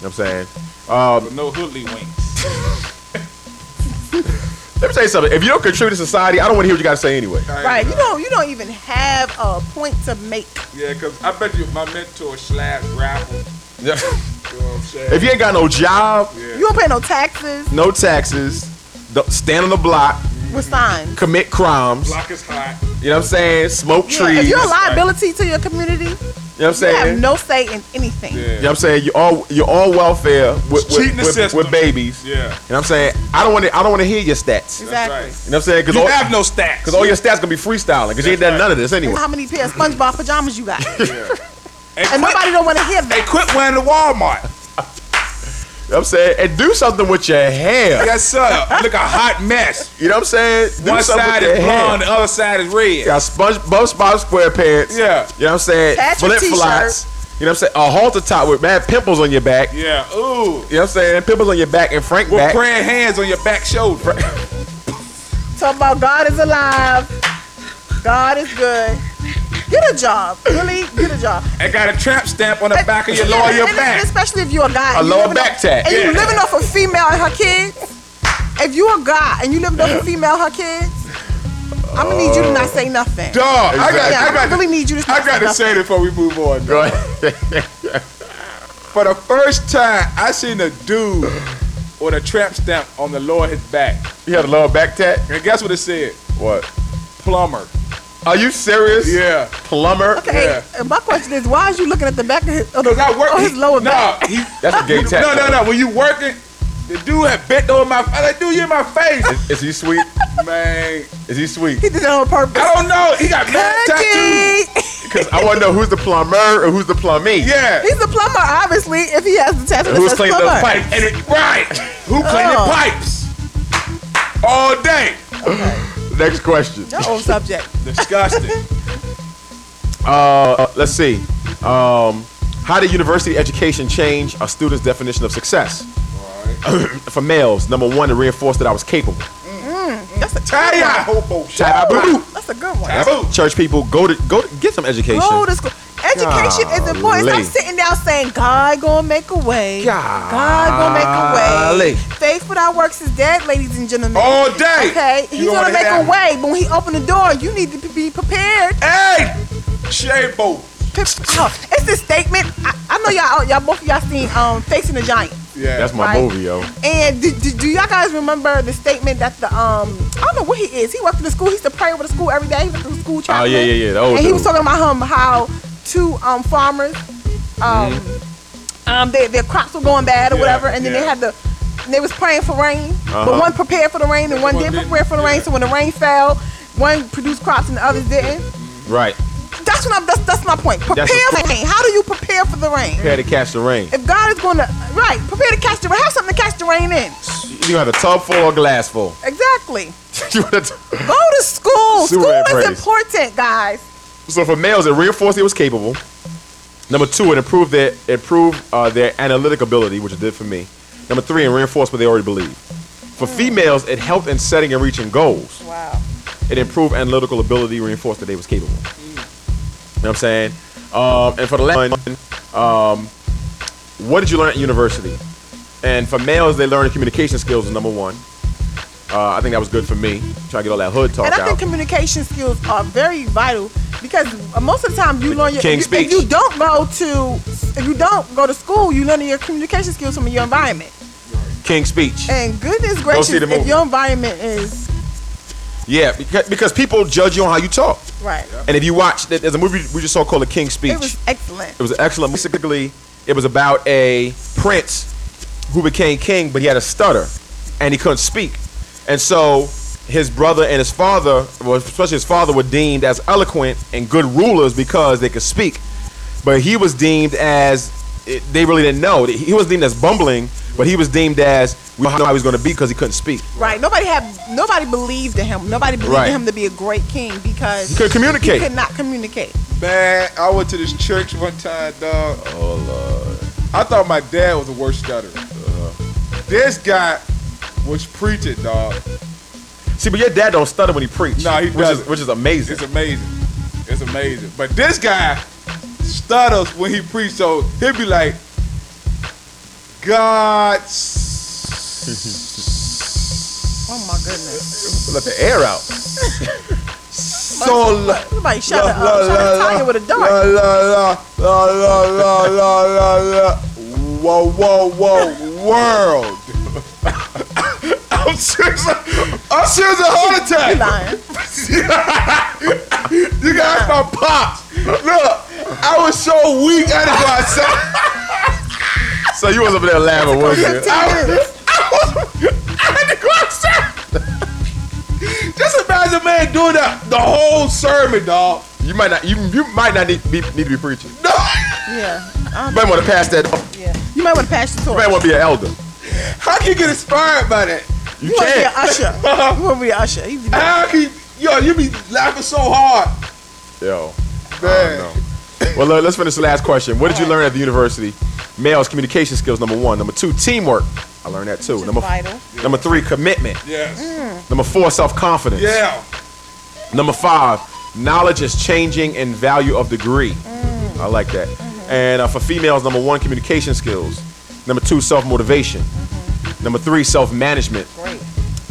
[SPEAKER 6] what I'm saying Um,
[SPEAKER 8] But no hoodly winks.
[SPEAKER 6] let me tell you something if you don't contribute to society I don't want to hear what you got to say anyway
[SPEAKER 7] Right. You don't. You don't even have a point to make.
[SPEAKER 8] Yeah, because I bet you my mentor slash grapple.
[SPEAKER 6] if
[SPEAKER 8] You know what I'm saying?
[SPEAKER 6] you ain't got no job
[SPEAKER 8] Yeah.
[SPEAKER 7] You don't pay no taxes
[SPEAKER 6] no taxes don't stand on the block
[SPEAKER 7] with signs.
[SPEAKER 6] commit crimes
[SPEAKER 8] Block is hot.
[SPEAKER 6] you know what I'm saying smoke
[SPEAKER 7] Yeah,
[SPEAKER 6] trees
[SPEAKER 7] If you're a
[SPEAKER 6] you know
[SPEAKER 7] liability to your community,
[SPEAKER 6] what I'm
[SPEAKER 7] you have
[SPEAKER 6] saying
[SPEAKER 7] no say in anything.
[SPEAKER 8] Yeah.
[SPEAKER 6] you know what I'm saying you all you're all welfare with
[SPEAKER 8] Cheating
[SPEAKER 6] with,
[SPEAKER 8] the
[SPEAKER 6] with,
[SPEAKER 8] system.
[SPEAKER 6] with babies you
[SPEAKER 8] Yeah.
[SPEAKER 6] know what I'm saying I don't want to I don't want to hear your stats you
[SPEAKER 8] That's
[SPEAKER 7] Exactly.
[SPEAKER 8] right.
[SPEAKER 6] know what I'm saying because
[SPEAKER 8] You have no stats.
[SPEAKER 6] Cause all your stats gonna be freestyling. Cause you ain't done none of this anyway.
[SPEAKER 7] How many pairs of SpongeBob pajamas you got? and
[SPEAKER 8] hey, quit,
[SPEAKER 7] nobody don't want to hear
[SPEAKER 8] hey,
[SPEAKER 7] that.
[SPEAKER 8] quit wearing the Walmart.
[SPEAKER 6] You know what I'm saying, and do something with your hair.
[SPEAKER 8] yes, sir. Look a hot mess.
[SPEAKER 6] You know what I'm saying? Do
[SPEAKER 8] One
[SPEAKER 6] something
[SPEAKER 8] side
[SPEAKER 6] with
[SPEAKER 8] is
[SPEAKER 6] your hair.
[SPEAKER 8] blonde, the other side is red.
[SPEAKER 6] Got sponge, SpongeBob SquarePants.
[SPEAKER 8] Yeah.
[SPEAKER 6] You know what I'm saying?
[SPEAKER 7] Patch your
[SPEAKER 6] Flip flops. You know what I'm saying? A halter top with mad pimples on your back. You
[SPEAKER 8] Yeah. Ooh.
[SPEAKER 6] know what I'm saying? Pimples on your back and Frank
[SPEAKER 8] With
[SPEAKER 6] back.
[SPEAKER 8] praying hands on your back shoulder.
[SPEAKER 7] Talk about God is alive. God is good. Get a job. Really, get a job.
[SPEAKER 8] and got a tramp stamp on the back of your
[SPEAKER 7] Yeah,
[SPEAKER 8] lower your
[SPEAKER 7] and
[SPEAKER 8] back.
[SPEAKER 7] Especially if you're a guy.
[SPEAKER 6] A
[SPEAKER 7] and you
[SPEAKER 6] lower
[SPEAKER 7] living
[SPEAKER 6] back
[SPEAKER 7] off-
[SPEAKER 6] tax.
[SPEAKER 7] And you
[SPEAKER 8] Yeah.
[SPEAKER 7] living off a female and her kids. If you a guy and you living off a female and her kids, I'm gonna need you to not say nothing.
[SPEAKER 8] Dog, I
[SPEAKER 6] Exactly.
[SPEAKER 8] got,
[SPEAKER 7] Yeah,
[SPEAKER 8] I
[SPEAKER 7] I'm
[SPEAKER 8] got,
[SPEAKER 7] gonna really need you to.
[SPEAKER 8] I
[SPEAKER 7] not
[SPEAKER 8] got to
[SPEAKER 7] nothing.
[SPEAKER 8] say this before we move on.
[SPEAKER 6] Go ahead.
[SPEAKER 8] For the first time, I seen a dude with a tramp stamp on the lower of his back.
[SPEAKER 6] You had a lower back tat?
[SPEAKER 8] And guess what it said?
[SPEAKER 6] What?
[SPEAKER 8] Plumber.
[SPEAKER 6] Are you serious?
[SPEAKER 8] Yeah.
[SPEAKER 6] Plumber.
[SPEAKER 7] Okay,
[SPEAKER 8] Yeah.
[SPEAKER 7] and my question is, why is you looking at the back of his, of
[SPEAKER 8] Cause I work.
[SPEAKER 7] of Oh, his lower
[SPEAKER 8] nah,
[SPEAKER 7] back?
[SPEAKER 8] He,
[SPEAKER 6] That's a gay tat.
[SPEAKER 8] no, no, no. When you working, the dude had bent over my. I like, dude, you in my face,
[SPEAKER 6] Is he sweet?
[SPEAKER 8] man.
[SPEAKER 6] Is he sweet?
[SPEAKER 7] He did it on purpose.
[SPEAKER 8] I don't know. He got mad tattoos.
[SPEAKER 7] Cookie.
[SPEAKER 6] Because I want to know who's the plumber or who's the plumbee.
[SPEAKER 8] Yeah.
[SPEAKER 7] He's a plumber, obviously. If he has the tattoo, that
[SPEAKER 6] Who's
[SPEAKER 7] says
[SPEAKER 6] cleaned
[SPEAKER 7] plumber.
[SPEAKER 6] those pipes?
[SPEAKER 8] And it, right. Who cleaning
[SPEAKER 7] Oh.
[SPEAKER 8] pipes all day?
[SPEAKER 6] Next question.
[SPEAKER 7] That old subject.
[SPEAKER 8] Disgusting.
[SPEAKER 6] Uh, let's see. Um, how did university education change a student's definition of success? For males, number one, to reinforce that I was capable.
[SPEAKER 7] Mm, That's a
[SPEAKER 8] Tie ya, hobo.
[SPEAKER 6] Taboo.
[SPEAKER 7] That's a good one.
[SPEAKER 8] Taboo.
[SPEAKER 6] Church people, go to go to, get some education.
[SPEAKER 7] Go to school. Education is important. Stop
[SPEAKER 6] Golly.
[SPEAKER 7] sitting down saying God gonna make a way. God gonna make a
[SPEAKER 6] Golly.
[SPEAKER 7] way. Faith without works is dead, ladies and gentlemen.
[SPEAKER 8] All day.
[SPEAKER 7] Okay, he's
[SPEAKER 8] don't
[SPEAKER 7] gonna
[SPEAKER 8] wanna
[SPEAKER 7] make
[SPEAKER 8] hear
[SPEAKER 7] a
[SPEAKER 8] that.
[SPEAKER 7] way, but when he open the door, you need to be prepared.
[SPEAKER 8] Hey, Shabo.
[SPEAKER 7] Pe- oh, it's this statement. I, I know y'all, y'all both of y'all seen um, Facing the Giant.
[SPEAKER 8] Yeah.
[SPEAKER 6] That's my
[SPEAKER 7] Right.
[SPEAKER 6] movie, yo.
[SPEAKER 7] And do, do, do y'all guys remember the statement that the um I don't know what he is. He worked in the school. He used to pray with the school every day. He went to the school
[SPEAKER 6] Oh
[SPEAKER 7] chaplain.
[SPEAKER 6] yeah, yeah, yeah. The old
[SPEAKER 7] and he
[SPEAKER 6] dude.
[SPEAKER 7] was talking about um, how two um, farmers,
[SPEAKER 6] Mm-hmm.
[SPEAKER 7] um, um, their, their crops were going bad or
[SPEAKER 8] Yeah,
[SPEAKER 7] whatever, and then they
[SPEAKER 8] yeah.
[SPEAKER 7] had the, they was praying for rain, But one prepared for the rain and one
[SPEAKER 8] One
[SPEAKER 7] didn't
[SPEAKER 8] didn't,
[SPEAKER 7] prepare for the rain. So when the rain fell, one produced crops and the others didn't.
[SPEAKER 6] Right.
[SPEAKER 7] That's what I'm. That's, that's my point. Prepare
[SPEAKER 6] That's
[SPEAKER 7] for
[SPEAKER 6] a-
[SPEAKER 7] the rain. How do you prepare for the rain?
[SPEAKER 6] Prepare to catch the rain.
[SPEAKER 7] If God is going to right, prepare to catch the rain. Have something to catch the rain in.
[SPEAKER 6] You gonna have a tub full or a glass full.
[SPEAKER 7] Exactly.
[SPEAKER 1] You wanna t-
[SPEAKER 7] Go to school.
[SPEAKER 1] Super
[SPEAKER 7] school is
[SPEAKER 1] praise.
[SPEAKER 7] important, guys.
[SPEAKER 1] so for males, it reinforced it was capable.
[SPEAKER 6] Number two, it improved their improve uh, their analytic ability, which it did for me. Number three, it reinforced what they already believed. For females, it helped in setting and reaching goals.
[SPEAKER 7] Hmm. Wow.
[SPEAKER 6] It improved analytical ability, reinforced that they was capable.
[SPEAKER 7] Hmm.
[SPEAKER 6] You know what I'm saying? Um, and for the last one, um, what did you learn at university? And for males, they learned communication skills is number one. Uh, I think that was good for me. Try to get all that hood talk
[SPEAKER 7] And I
[SPEAKER 6] out.
[SPEAKER 7] think communication skills are very vital because uh, most of the time you learn your
[SPEAKER 6] King
[SPEAKER 7] if, you, if
[SPEAKER 6] speech.
[SPEAKER 7] you don't go to if you don't go to school, you learn your communication skills from your environment.
[SPEAKER 6] King speech.
[SPEAKER 7] And goodness gracious,
[SPEAKER 6] see the
[SPEAKER 7] if
[SPEAKER 6] movie.
[SPEAKER 7] your environment is
[SPEAKER 6] Yeah, because, because people judge you on how you talk.
[SPEAKER 7] right,
[SPEAKER 6] And if you watch, there's a movie we just saw called The King's Speech.
[SPEAKER 7] it was excellent.
[SPEAKER 6] It was excellent. Basically, it was about a prince who became king, but he had a stutter and he couldn't speak. And so his brother and his father, well, especially his father, were deemed as eloquent and good rulers because they could speak. But he was deemed as, it, they really didn't know. He was deemed as bumbling, but he was deemed as, we don't know how he was going to be because he couldn't speak.
[SPEAKER 7] Right. Nobody had nobody believed in him. Nobody believed
[SPEAKER 6] Right.
[SPEAKER 7] in him to be a great king because
[SPEAKER 6] He couldn't communicate.
[SPEAKER 7] He could not communicate.
[SPEAKER 8] Man, I went to this church one time, dog. Oh lord. I thought my dad was the worst stutterer.
[SPEAKER 6] Uh-huh.
[SPEAKER 8] This guy was preaching, dog.
[SPEAKER 6] See, but your dad don't stutter when he preached.
[SPEAKER 8] Nah, he
[SPEAKER 6] which Is,
[SPEAKER 8] doesn't.
[SPEAKER 6] which is amazing.
[SPEAKER 8] It's amazing. It's amazing. But this guy stutters when he preach, so he'll be like, God.
[SPEAKER 7] Oh my goodness.
[SPEAKER 6] Let the air out.
[SPEAKER 8] So la,
[SPEAKER 7] Somebody shut
[SPEAKER 8] la,
[SPEAKER 7] up.
[SPEAKER 8] la, la,
[SPEAKER 7] Trying to tie
[SPEAKER 8] la,
[SPEAKER 7] you with a
[SPEAKER 8] la,
[SPEAKER 7] dart.
[SPEAKER 8] la, la, la, la, la, la, la. Whoa, whoa, whoa, world. I'm serious. I'm serious. A heart attack.
[SPEAKER 7] You lying.
[SPEAKER 8] You gotta ask my pops. Look, I was so weak out of myself.
[SPEAKER 6] So you was up there laughing, wasn't you?
[SPEAKER 8] Just imagine a man doing that the whole sermon, dog.
[SPEAKER 6] You might not. You, you might not need, be, need to be preaching. You
[SPEAKER 8] No.
[SPEAKER 7] Yeah.
[SPEAKER 6] might want to pass that. off.
[SPEAKER 7] Yeah. You might want to pass the
[SPEAKER 6] You might
[SPEAKER 7] torch.
[SPEAKER 6] want to be an elder.
[SPEAKER 8] How can you get inspired by that?
[SPEAKER 6] You,
[SPEAKER 7] You want to be an
[SPEAKER 6] can't.
[SPEAKER 7] usher. You want to be an usher. He's
[SPEAKER 8] How can you, yo, you be laughing so hard.
[SPEAKER 6] Yo.
[SPEAKER 8] Man.
[SPEAKER 6] Well, let- let's finish the last question. What did you learn at the university? Males communication skills. Number one. Number two, teamwork. I learned that too. Number
[SPEAKER 7] vital.
[SPEAKER 6] number three, commitment.
[SPEAKER 8] Yes.
[SPEAKER 6] Number four, self confidence.
[SPEAKER 8] Yeah.
[SPEAKER 6] Number five, knowledge is changing in value of degree. I like that. And uh, for females, number one, communication skills. Number two, self motivation. Number three, self management.
[SPEAKER 7] great.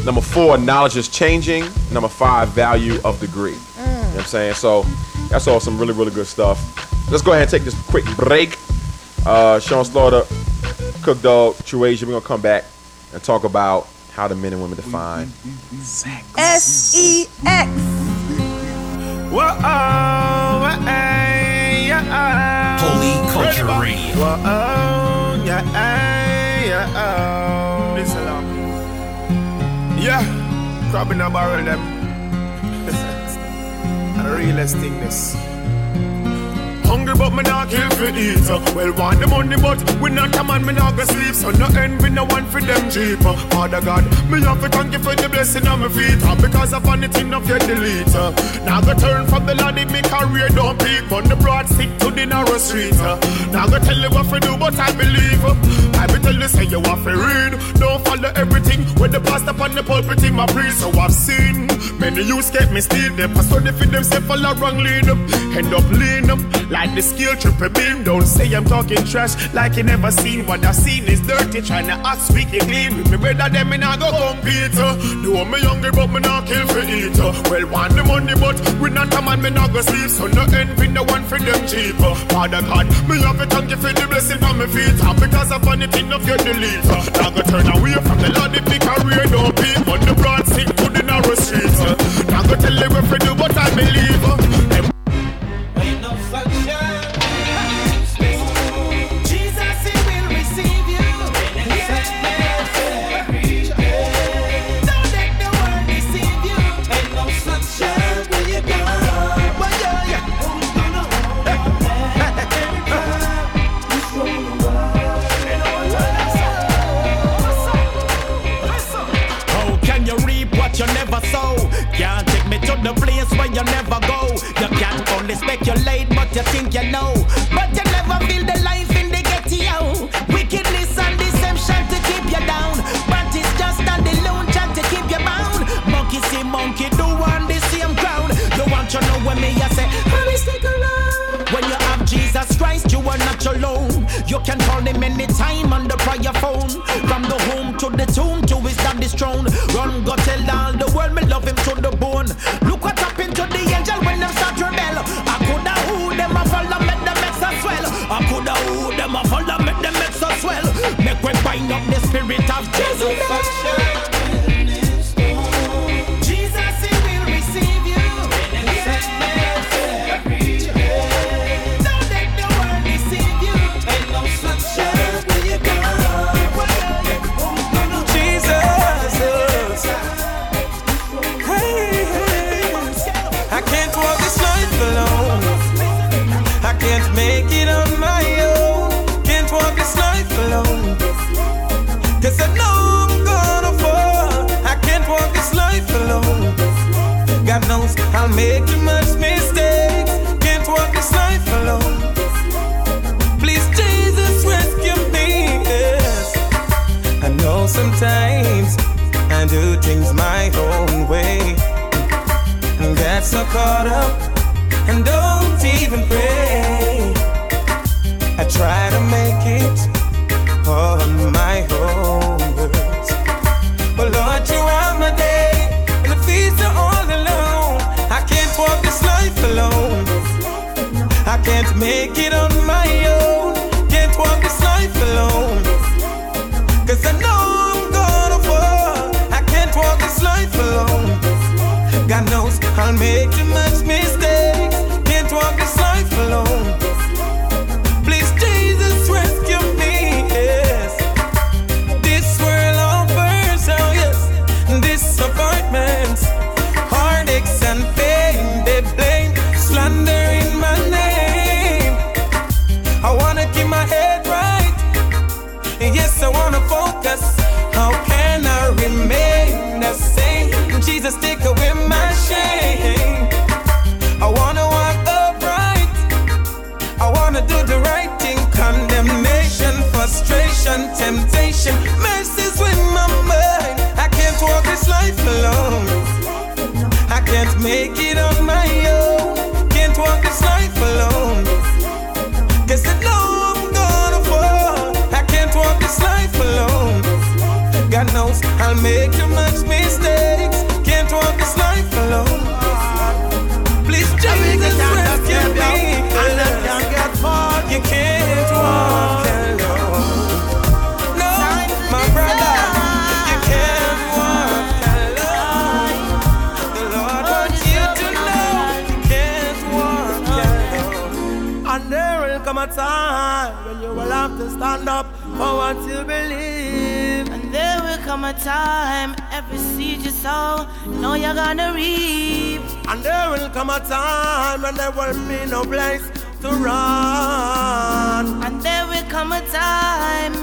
[SPEAKER 6] Number four, knowledge is changing. Number five, value of degree. You know what I'm saying? So that's all some really, really good stuff. Let's go ahead and take this quick break. Uh, Sean Slaughter, Cook Dog, True Asia, we're going to come back and talk about how the men and women define
[SPEAKER 7] S E X.
[SPEAKER 11] Holy Culture Radio.
[SPEAKER 4] Yeah, grabbing a barrel them. A realest thing this. Hungry but me not kill for eat uh. Well want the money but we not come and me not go sleep So no end we no one for them cheap uh. Father God, me have to thank you for the blessing on my feet uh. Because of vanity not yet delete uh. Now go turn from the land in me career don't peak On the broad stick to the narrow street uh. Now go tell you what to do but I believe uh. I be tell you say you have to read Don't follow everything with the pastor upon the pulpit in my priest So I've seen many youths get me steal They pass on the feed themselves follow wrong lead up End up lean up like the skill triple beam Don't say I'm talking trash like you never seen What I've seen is dirty trying to act speak it clean With me brother them me not go compete uh. Do me hungry but me not kill for eat uh. Well want the money but we not a man me not go sleep So no envy no one for them cheap uh. Father God me have to thank you for the blessing on my feet uh. Because of vanity not get delete uh. Now go turn away from the Lord if the career don't be On the broad stick to the narrow street uh. Now go tell you what to do but I believe uh. Them
[SPEAKER 11] Ain't no sunshine. Jesus, He will receive you. Yeah.
[SPEAKER 14] the place where you never go. You can only speculate, but you think you know. But you never feel the life in the ghetto. Wickedness and deception to keep you down. But it's just an illusion to keep you bound. Monkey see monkey do on the same ground. You want to know when me I say, honey, stick around. When you have Jesus Christ, you are not alone. You can call him anytime on the prayer phone. From the home to the tomb to his daddy's throne. Run, go tell all the world me love him to the bone. Look what happened to the angel when them start rebel. I coulda who them a follow make them mess as well. I coulda who them a follow make them mess as well. Make we bind up the spirit of Jesus. Jesus, he will receive you. Yeah. Don't let the world deceive you. Ain't no sunshine when you go.
[SPEAKER 15] Jesus. Hey, hey. I can't walk this life alone. I can't make it on my own. Can't walk this life alone. Cause I know I'm gonna fall. I can't walk this life alone. God knows I'll make too much mistakes. Can't walk this life alone. Please, Jesus, rescue me. Yes. I know sometimes I do things my own way. And get so caught up and don't even pray. I try to make it on my own. words. But Lord, you are my day, and the feast are all alone. I can't walk this life alone. I can't make it on my own. Can't walk this life alone. Cause I know I'm gonna fall. I can't walk this life alone. God knows I'll make too much mistakes. Can't walk this life alone. Please, Jesus, rescue me. Yes. This world offers, oh yes, disappointments, heartaches, and pain. They blame slander in my name. I wanna keep my head right. Yes, I wanna focus. How can I remain the same? Jesus, take away my shame. I wanna walk upright. I wanna do the right thing. Condemnation, frustration, temptation, messes with my mind. I can't walk this life alone. I can't make it on my own. Can't walk this life alone. Cause I know I'm gonna fall. I can't walk this life alone. God knows I'll make too much mistakes. Can't walk this life alone. Please, Jesus, rescue me. You can't walk alone. No, my brother, you can't walk alone. The Lord wants Oh, you to know you can't walk alone.
[SPEAKER 14] And there will come a time when you will have to stand up for what you believe.
[SPEAKER 9] And there will come a time, every seed you sow, know you're gonna reap.
[SPEAKER 14] And there will come a time when there will be no place to run.
[SPEAKER 9] And there will come a time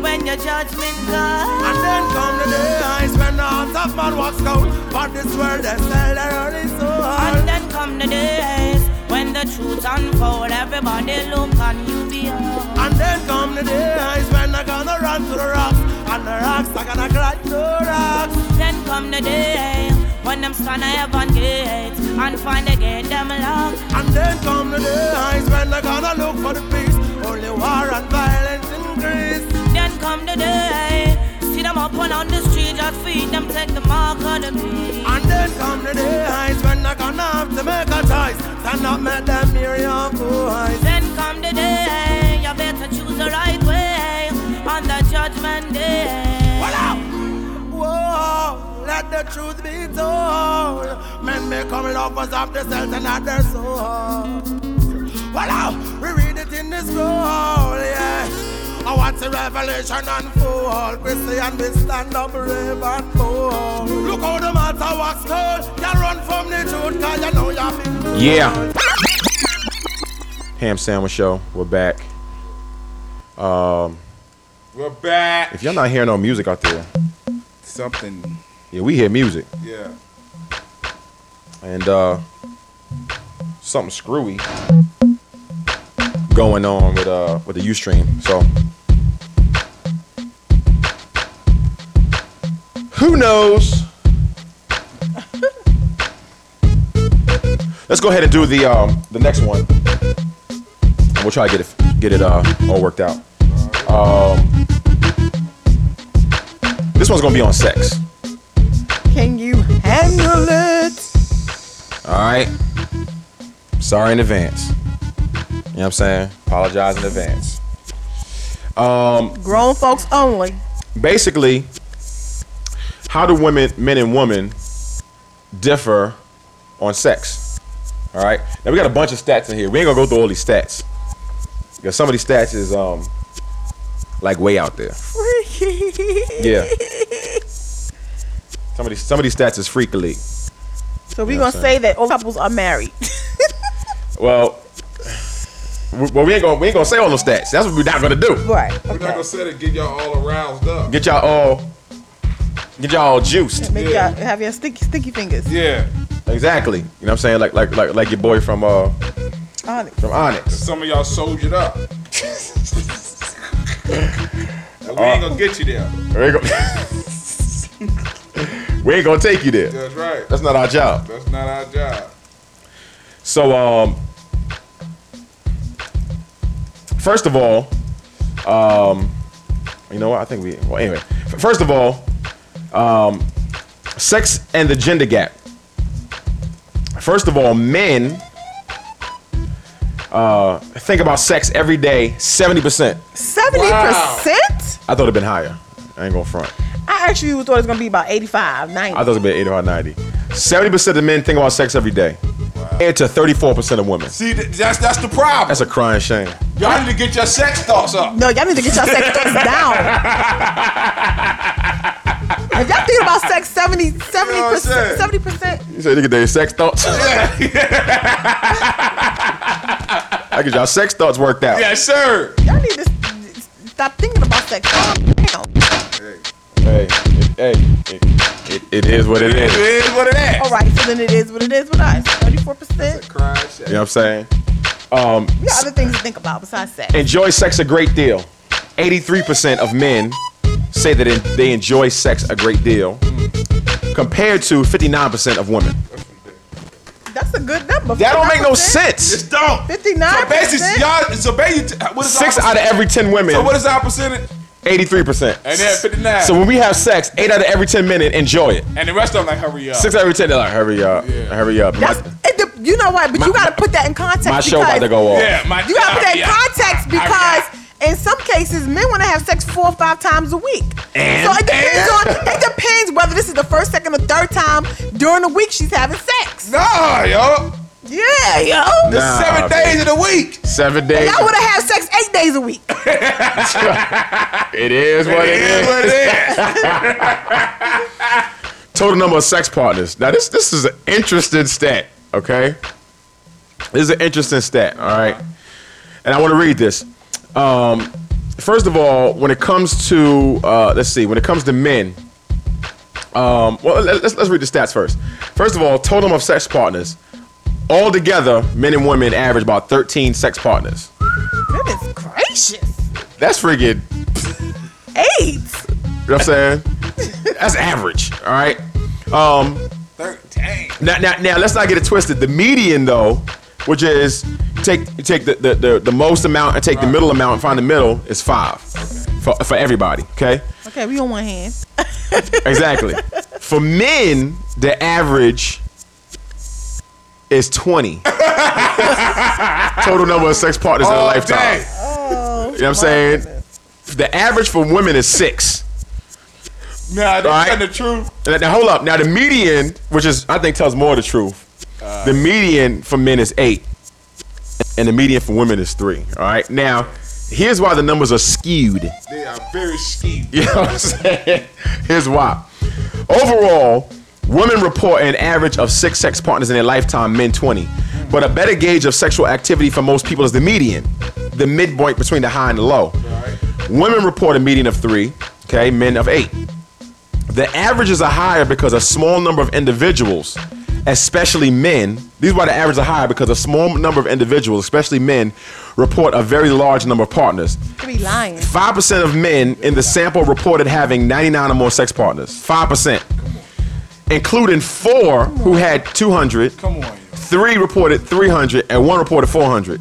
[SPEAKER 9] when your judgment
[SPEAKER 14] And
[SPEAKER 9] comes.
[SPEAKER 14] then come the days when the heart of man walks down, but this world they sell their only soul.
[SPEAKER 9] And then come the days when the truth unfold, everybody look on you behold.
[SPEAKER 14] And then come the days when they're gonna run to the rocks, and the rocks are gonna cry to rocks.
[SPEAKER 9] Then come the day when them stand at heaven gates and find the gate them locked.
[SPEAKER 14] And then come the days when they're gonna look for the peace, only war and violence increase.
[SPEAKER 9] Then come the day, see them up and on the street, just feed them, take the mark of the beast.
[SPEAKER 14] And then come the days when they're gonna have to make a choice, stand up, make them hear your voice.
[SPEAKER 9] Then come the day, you better choose the right way on the judgment day.
[SPEAKER 14] Well out. Whoa, let the truth be told. Men become lovers of themselves and not their soul. Well out. We read it in the scroll, yeah. I watch the revelation unfold. Christian, we stand up brave and bold. Look how the matter walks cold. You run from the truth, cause you know you're
[SPEAKER 6] Yeah. Ham Sandwich Show. We're back. Um,
[SPEAKER 8] We're back.
[SPEAKER 6] if y'all not hearing no music out there,
[SPEAKER 8] Something.
[SPEAKER 6] yeah, we hear music.
[SPEAKER 8] Yeah.
[SPEAKER 6] and uh, something screwy going on with uh with the UStream. So who knows? Let's go ahead and do the um the next one. And we'll try to get it get it uh all worked out. Um, this one's gonna be on sex.
[SPEAKER 7] Can you handle it?
[SPEAKER 6] All right. Sorry in advance. You know what I'm saying? Apologize in advance. Um,
[SPEAKER 7] Grown folks only.
[SPEAKER 6] basically, how do women, men and women, differ on sex? All right. Now we got a bunch of stats in here. We ain't gonna go through all these stats because some of these stats is um like way out there. Yeah. Some of these some of these stats is freakily.
[SPEAKER 7] So we're
[SPEAKER 6] Yeah,
[SPEAKER 7] gonna
[SPEAKER 6] same.
[SPEAKER 7] say that all couples are married.
[SPEAKER 6] Well, we- well, we ain't gonna we ain't gonna say all those stats. That's what we're not gonna do.
[SPEAKER 7] Right.
[SPEAKER 8] We're not gonna say that get y'all all aroused up.
[SPEAKER 6] Get y'all all get y'all all juiced.
[SPEAKER 7] Make y'all have your sticky sticky fingers.
[SPEAKER 8] Yeah.
[SPEAKER 6] Exactly. You know what I'm saying? Like like like like your boy from uh
[SPEAKER 7] Onyx.
[SPEAKER 6] from Onyx.
[SPEAKER 8] Some of y'all soldiered up. And we ain't gonna get you there.
[SPEAKER 6] We ain't gonna, we ain't gonna take you there.
[SPEAKER 8] That's right.
[SPEAKER 6] That's not our job.
[SPEAKER 8] That's not our job.
[SPEAKER 6] So um first of all, um you know what? I think we well anyway. F- First of all, um sex and the gender gap. First of all, men uh think about sex every day 70%.
[SPEAKER 7] Seventy percent?
[SPEAKER 6] I thought it'd been higher. I ain't gonna front.
[SPEAKER 7] I actually thought it was gonna be about 85, 90.
[SPEAKER 6] I thought it'd been 80 or 90. 70% of men think about sex every day. Compared to 34% of women.
[SPEAKER 8] See, th- that's that's the problem.
[SPEAKER 6] That's a crying shame.
[SPEAKER 8] Y'all need to get your sex thoughts up.
[SPEAKER 7] No, y'all need to get y'all sex thoughts down. if y'all thinking about sex 70, 70 percent, seventy percent,
[SPEAKER 6] You say nigga their sex thoughts? I get y'all sex thoughts worked out.
[SPEAKER 8] Yes, sir.
[SPEAKER 7] y'all need to s- stop thinking about sex. Oh, Down.
[SPEAKER 6] Hey, hey, it, it, it is what it is.
[SPEAKER 8] is what it is.
[SPEAKER 7] All right, so then it is what it is with us. Thirty-four percent.
[SPEAKER 6] You know what I'm saying? Um,
[SPEAKER 7] We got other things to think about besides sex.
[SPEAKER 6] enjoy sex a great deal. 83% of men say that en- they enjoy sex a great deal, compared to 59% of women.
[SPEAKER 7] That's a good number.
[SPEAKER 6] That don't make no sense.
[SPEAKER 8] Just don't.
[SPEAKER 7] Fifty-nine
[SPEAKER 8] So basically,
[SPEAKER 7] percent.
[SPEAKER 8] y'all. So basically, what is
[SPEAKER 6] Six
[SPEAKER 8] our
[SPEAKER 6] out of every 10 women.
[SPEAKER 8] So what is our percentage?
[SPEAKER 6] 83%.
[SPEAKER 8] And then 59.
[SPEAKER 6] So when we have sex, 8 out of every 10 men enjoy it.
[SPEAKER 8] And the rest of them like hurry up.
[SPEAKER 6] Six out of every 10, they're like, hurry up, hurry up.
[SPEAKER 7] That's it, de- you know what, but you got to put that in context.
[SPEAKER 6] my show about to
[SPEAKER 7] because-
[SPEAKER 6] go off.
[SPEAKER 8] Yeah, my
[SPEAKER 7] You got to put that in
[SPEAKER 8] Yeah.
[SPEAKER 7] context because in some cases men want to have sex four or five times a week.
[SPEAKER 6] And-
[SPEAKER 7] so it depends on it depends whether this is the first, second, or third time during the week she's having sex.
[SPEAKER 8] Nah, yo.
[SPEAKER 7] Yeah, yo.
[SPEAKER 8] The
[SPEAKER 6] Nah,
[SPEAKER 8] seven
[SPEAKER 6] man.
[SPEAKER 8] days of the week.
[SPEAKER 6] Seven days.
[SPEAKER 7] Y'all would have had sex eight days a week.
[SPEAKER 6] It is what it
[SPEAKER 8] That's
[SPEAKER 6] is.
[SPEAKER 8] what it is.
[SPEAKER 6] Total number of sex partners. Now this this is an interesting stat. Okay, this is an interesting stat. All right, and I want to read this. Um, first of all, when it comes to uh, let's see, when it comes to men, um, well let- let's let's read the stats first. First of all, total number of sex partners. All together, men and women average about 13 sex partners.
[SPEAKER 7] Goodness gracious.
[SPEAKER 6] That's freaking
[SPEAKER 7] Eight.
[SPEAKER 6] You know what I'm saying? That's average. All right. Um,
[SPEAKER 8] Thirteen.
[SPEAKER 6] now, now, now, let's not get it twisted. The median, though, which is take take the the, the, the most amount and take the middle amount and find the middle is five for for everybody. Okay.
[SPEAKER 7] Okay, we on one hand.
[SPEAKER 6] Exactly. for men, the average is twenty. Total number of sex partners in a
[SPEAKER 8] All
[SPEAKER 6] lifetime.
[SPEAKER 8] day.
[SPEAKER 6] You know what I'm saying? The average for women is six.
[SPEAKER 8] Nah, that's
[SPEAKER 6] Right.
[SPEAKER 8] not the truth.
[SPEAKER 6] Now, now, hold up. Now the median, which is I think tells more of the truth. the median for men is eight, and the median for women is three. All right. Now, here's why the numbers are skewed.
[SPEAKER 8] They are very skewed.
[SPEAKER 6] You know what I'm saying? Here's why. Overall, women report an average of six sex partners in their lifetime, men 20. But a better gauge of sexual activity for most people is the median, the midpoint between the high and the low. Women report a median of three, okay, men of eight. The averages are higher because a small number of individuals especially men, these are why the averages are higher because a small number of individuals, especially men, report a very large number of partners.
[SPEAKER 7] Could be lying.
[SPEAKER 6] Five percent of men in the sample reported having 99 or more sex partners. Five percent, including four who had 200. Three reported 300, and one reported 400.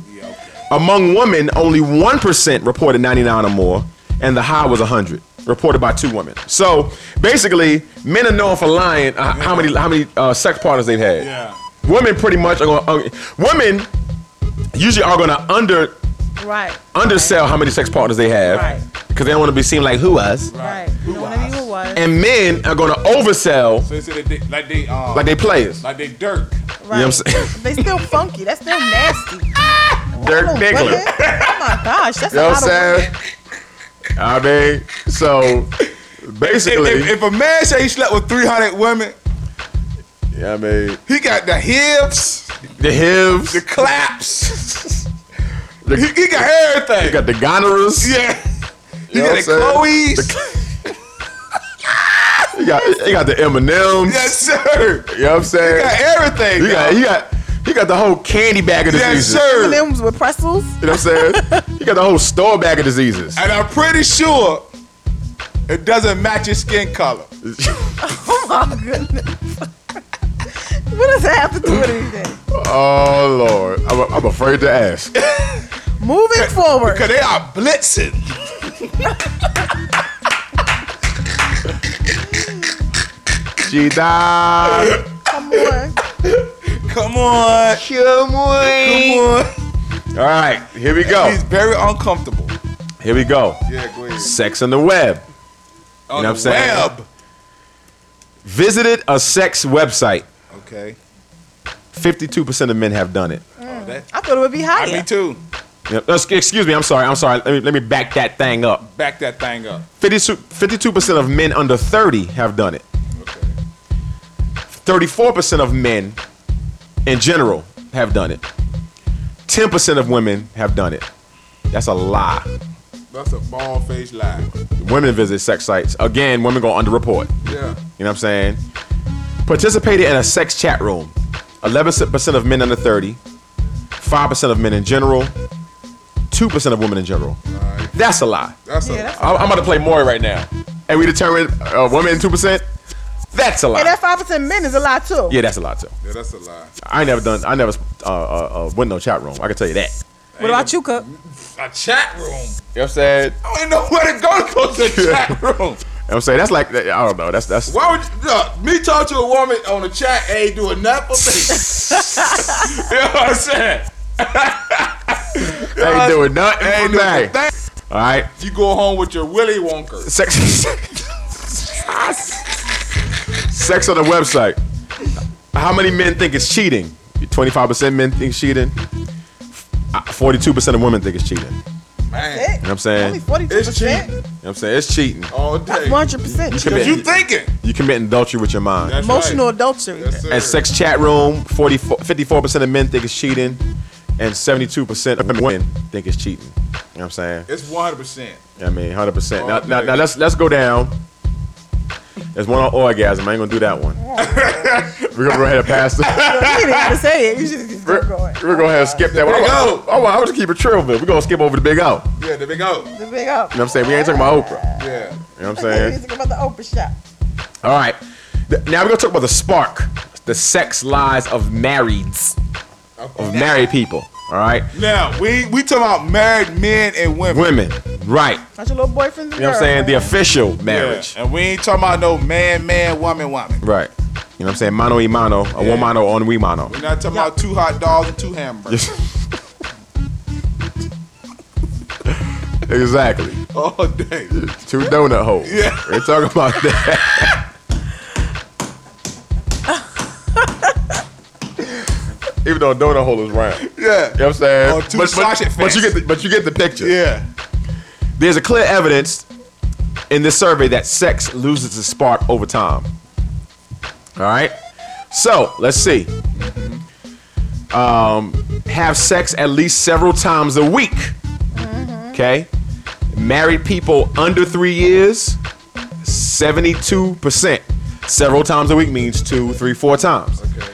[SPEAKER 6] Among women, only one percent reported 99 or more, and the high was 100, reported by two women. So basically, men are known for lying. Uh, How many how many uh, sex partners they've had?
[SPEAKER 8] Yeah.
[SPEAKER 6] Women pretty much are going. to women usually are going to under
[SPEAKER 7] Right.
[SPEAKER 6] undersell how many sex partners they have
[SPEAKER 7] Right.
[SPEAKER 6] because they don't want to be seen like who us.
[SPEAKER 7] Right. You don't wanna be who was.
[SPEAKER 6] And men are going to oversell.
[SPEAKER 8] So they said that they, like they, uh,
[SPEAKER 6] Like they players.
[SPEAKER 8] like they Dirk.
[SPEAKER 6] You know what I'm saying?
[SPEAKER 7] They still funky. That's still nasty.
[SPEAKER 6] Dirk
[SPEAKER 7] Little
[SPEAKER 6] Diggler.
[SPEAKER 7] women. Oh my gosh, that's
[SPEAKER 6] You know
[SPEAKER 7] a
[SPEAKER 6] what I'm
[SPEAKER 7] lot of
[SPEAKER 6] saying? I mean, so basically,
[SPEAKER 8] If, if a man say he slept with 300 women,
[SPEAKER 6] yeah, I mean,
[SPEAKER 8] he got the hips,
[SPEAKER 6] the hips,
[SPEAKER 8] the claps.
[SPEAKER 6] the,
[SPEAKER 8] he, he got everything.
[SPEAKER 6] you got the gonorrhas,
[SPEAKER 8] yeah. He
[SPEAKER 6] You know
[SPEAKER 8] got
[SPEAKER 6] what
[SPEAKER 8] the
[SPEAKER 6] I'm saying?
[SPEAKER 8] Chloe's.
[SPEAKER 6] you got, you got the M and M's.
[SPEAKER 8] yes, sir.
[SPEAKER 6] You know what I'm
[SPEAKER 8] He
[SPEAKER 6] saying?
[SPEAKER 8] got everything.
[SPEAKER 6] You got,
[SPEAKER 8] dog.
[SPEAKER 6] you got, you got the whole candy bag of
[SPEAKER 8] yes,
[SPEAKER 6] diseases.
[SPEAKER 8] sir.
[SPEAKER 7] M&Ms with pretzels.
[SPEAKER 6] You know what I'm saying? you got the whole store bag of diseases.
[SPEAKER 8] And I'm pretty sure it doesn't match his skin color.
[SPEAKER 7] Oh my goodness. what does that have to do with anything?
[SPEAKER 6] Oh Lord, I'm, I'm afraid to ask.
[SPEAKER 7] Moving forward.
[SPEAKER 8] Because they are blitzing.
[SPEAKER 6] She died.
[SPEAKER 7] Come on.
[SPEAKER 8] Come on. Come on. Come
[SPEAKER 6] All right, here we
[SPEAKER 8] on.
[SPEAKER 6] go.
[SPEAKER 8] He's very uncomfortable.
[SPEAKER 6] Here we go.
[SPEAKER 8] Yeah, go ahead.
[SPEAKER 6] Sex on the web.
[SPEAKER 8] On
[SPEAKER 6] know what I'm
[SPEAKER 8] the
[SPEAKER 6] saying?
[SPEAKER 8] web.
[SPEAKER 6] Visited a sex website.
[SPEAKER 8] Okay.
[SPEAKER 6] 52% of men have done it.
[SPEAKER 8] Oh, that,
[SPEAKER 7] Mm. I thought it would be higher.
[SPEAKER 8] Me too.
[SPEAKER 6] Yeah, ex- Excuse me, I'm sorry, I'm sorry. Let me, let me back that thing up.
[SPEAKER 8] Back that thing up.
[SPEAKER 6] 52, percent of men under 30 have done it. 34% of men in general have done it. 10% of women have done it. That's a lie.
[SPEAKER 8] That's a bald faced lie.
[SPEAKER 6] Women visit sex sites. Again, women go underreport.
[SPEAKER 8] Yeah.
[SPEAKER 6] You know what I'm saying? Participated in a sex chat room. 11% of men under 30, 5% of men in general, 2% of women in general. That's a lie.
[SPEAKER 8] That's
[SPEAKER 7] Yeah, that's-
[SPEAKER 6] I'm I'm about to play Maury right now. And we determine uh, women 2%? That's a
[SPEAKER 7] And
[SPEAKER 6] lie.
[SPEAKER 7] that five percent men is a lot too.
[SPEAKER 6] Yeah, that's a lie, too.
[SPEAKER 8] a yeah, that's a lie.
[SPEAKER 6] I ain't never done, I never uh, uh, uh, went no chat room. I can tell you that.
[SPEAKER 7] What about you, Cook?
[SPEAKER 8] A chat room.
[SPEAKER 6] You know what I'm saying?
[SPEAKER 8] I don't know where to go to go to the chat room.
[SPEAKER 6] You know what I'm saying? That's like, I don't know. That's, that's,
[SPEAKER 8] Why would you, look, me talk to a woman on the chat and ain't doing nothing for me? you know what I'm saying?
[SPEAKER 6] ain't doing nothing.
[SPEAKER 8] Ain't
[SPEAKER 6] for
[SPEAKER 8] doing
[SPEAKER 6] me.
[SPEAKER 8] nothing.
[SPEAKER 6] All right.
[SPEAKER 8] You go home with your Willy Wonker.
[SPEAKER 6] Sex. sex on the website. How many men think it's cheating? 25% men think it's cheating. Uh, 42% of women think it's cheating. You know
[SPEAKER 8] Man,
[SPEAKER 6] what I'm saying?
[SPEAKER 7] Only
[SPEAKER 6] You know
[SPEAKER 7] forty-two
[SPEAKER 8] it's cheating
[SPEAKER 7] percent.
[SPEAKER 6] what I'm saying? It's cheating.
[SPEAKER 8] all day.
[SPEAKER 7] That's one hundred percent.
[SPEAKER 8] Cause you thinking.
[SPEAKER 6] You committing adultery with your mind.
[SPEAKER 8] That's
[SPEAKER 7] Emotional
[SPEAKER 8] right.
[SPEAKER 7] adultery.
[SPEAKER 8] Yes, sir.
[SPEAKER 6] At sex chat room, 44, 54% of men think it's cheating, and 72% of women think it's cheating. You know what I'm saying?
[SPEAKER 8] It's 100%.
[SPEAKER 6] I mean, hundred percent. Now,
[SPEAKER 8] Oh,
[SPEAKER 6] now,
[SPEAKER 8] yeah.
[SPEAKER 6] now let's let's go down. There's one on orgasm. I ain't gonna do that one. we're gonna go ahead and pass it.
[SPEAKER 7] You didn't have to say it. You should just
[SPEAKER 6] We're,
[SPEAKER 7] keep going.
[SPEAKER 6] we're gonna have to skip that one.
[SPEAKER 8] Big
[SPEAKER 6] Oh,
[SPEAKER 8] O.
[SPEAKER 6] I, I, I was keep it trill, but we're gonna skip over the big O. You know
[SPEAKER 8] Yeah, there we go.
[SPEAKER 7] The big up.
[SPEAKER 6] what I'm saying? We ain't talking about Oprah.
[SPEAKER 8] Oh. Yeah.
[SPEAKER 6] You know what I'm
[SPEAKER 7] We
[SPEAKER 6] saying?
[SPEAKER 7] need to talk about the Oprah shop.
[SPEAKER 6] All right. Th- Now we're gonna talk about the spark, the sex lies of marrieds, of married people. All right,
[SPEAKER 8] Now, we we talking about married men and women.
[SPEAKER 6] women. Right.
[SPEAKER 7] Not your little boyfriends.
[SPEAKER 6] You know what I'm saying? The official
[SPEAKER 8] Yeah,
[SPEAKER 6] marriage.
[SPEAKER 8] And we ain't talking about no man, man, woman, woman.
[SPEAKER 6] Right. You know what I'm saying? Mano y mano, a
[SPEAKER 8] Yeah.
[SPEAKER 6] one mano on we mano.
[SPEAKER 8] We're not talking about two hot dogs and two hamburgers.
[SPEAKER 6] exactly.
[SPEAKER 8] All day.
[SPEAKER 6] Two donut holes.
[SPEAKER 8] Yeah.
[SPEAKER 6] We're talking about that. Even though a donut hole is round. You
[SPEAKER 8] Yeah.
[SPEAKER 6] know what I'm saying?
[SPEAKER 8] Or two
[SPEAKER 6] but,
[SPEAKER 8] sausage
[SPEAKER 6] but, but you
[SPEAKER 8] fest.
[SPEAKER 6] get the, but you get the picture.
[SPEAKER 8] Yeah.
[SPEAKER 6] There's a clear evidence in this survey that sex loses its spark over time. All right. So let's see. Um, have sex at least several times a week. Okay. Married people under three years, 72%. Several times a week means two, three, four times.
[SPEAKER 8] Okay.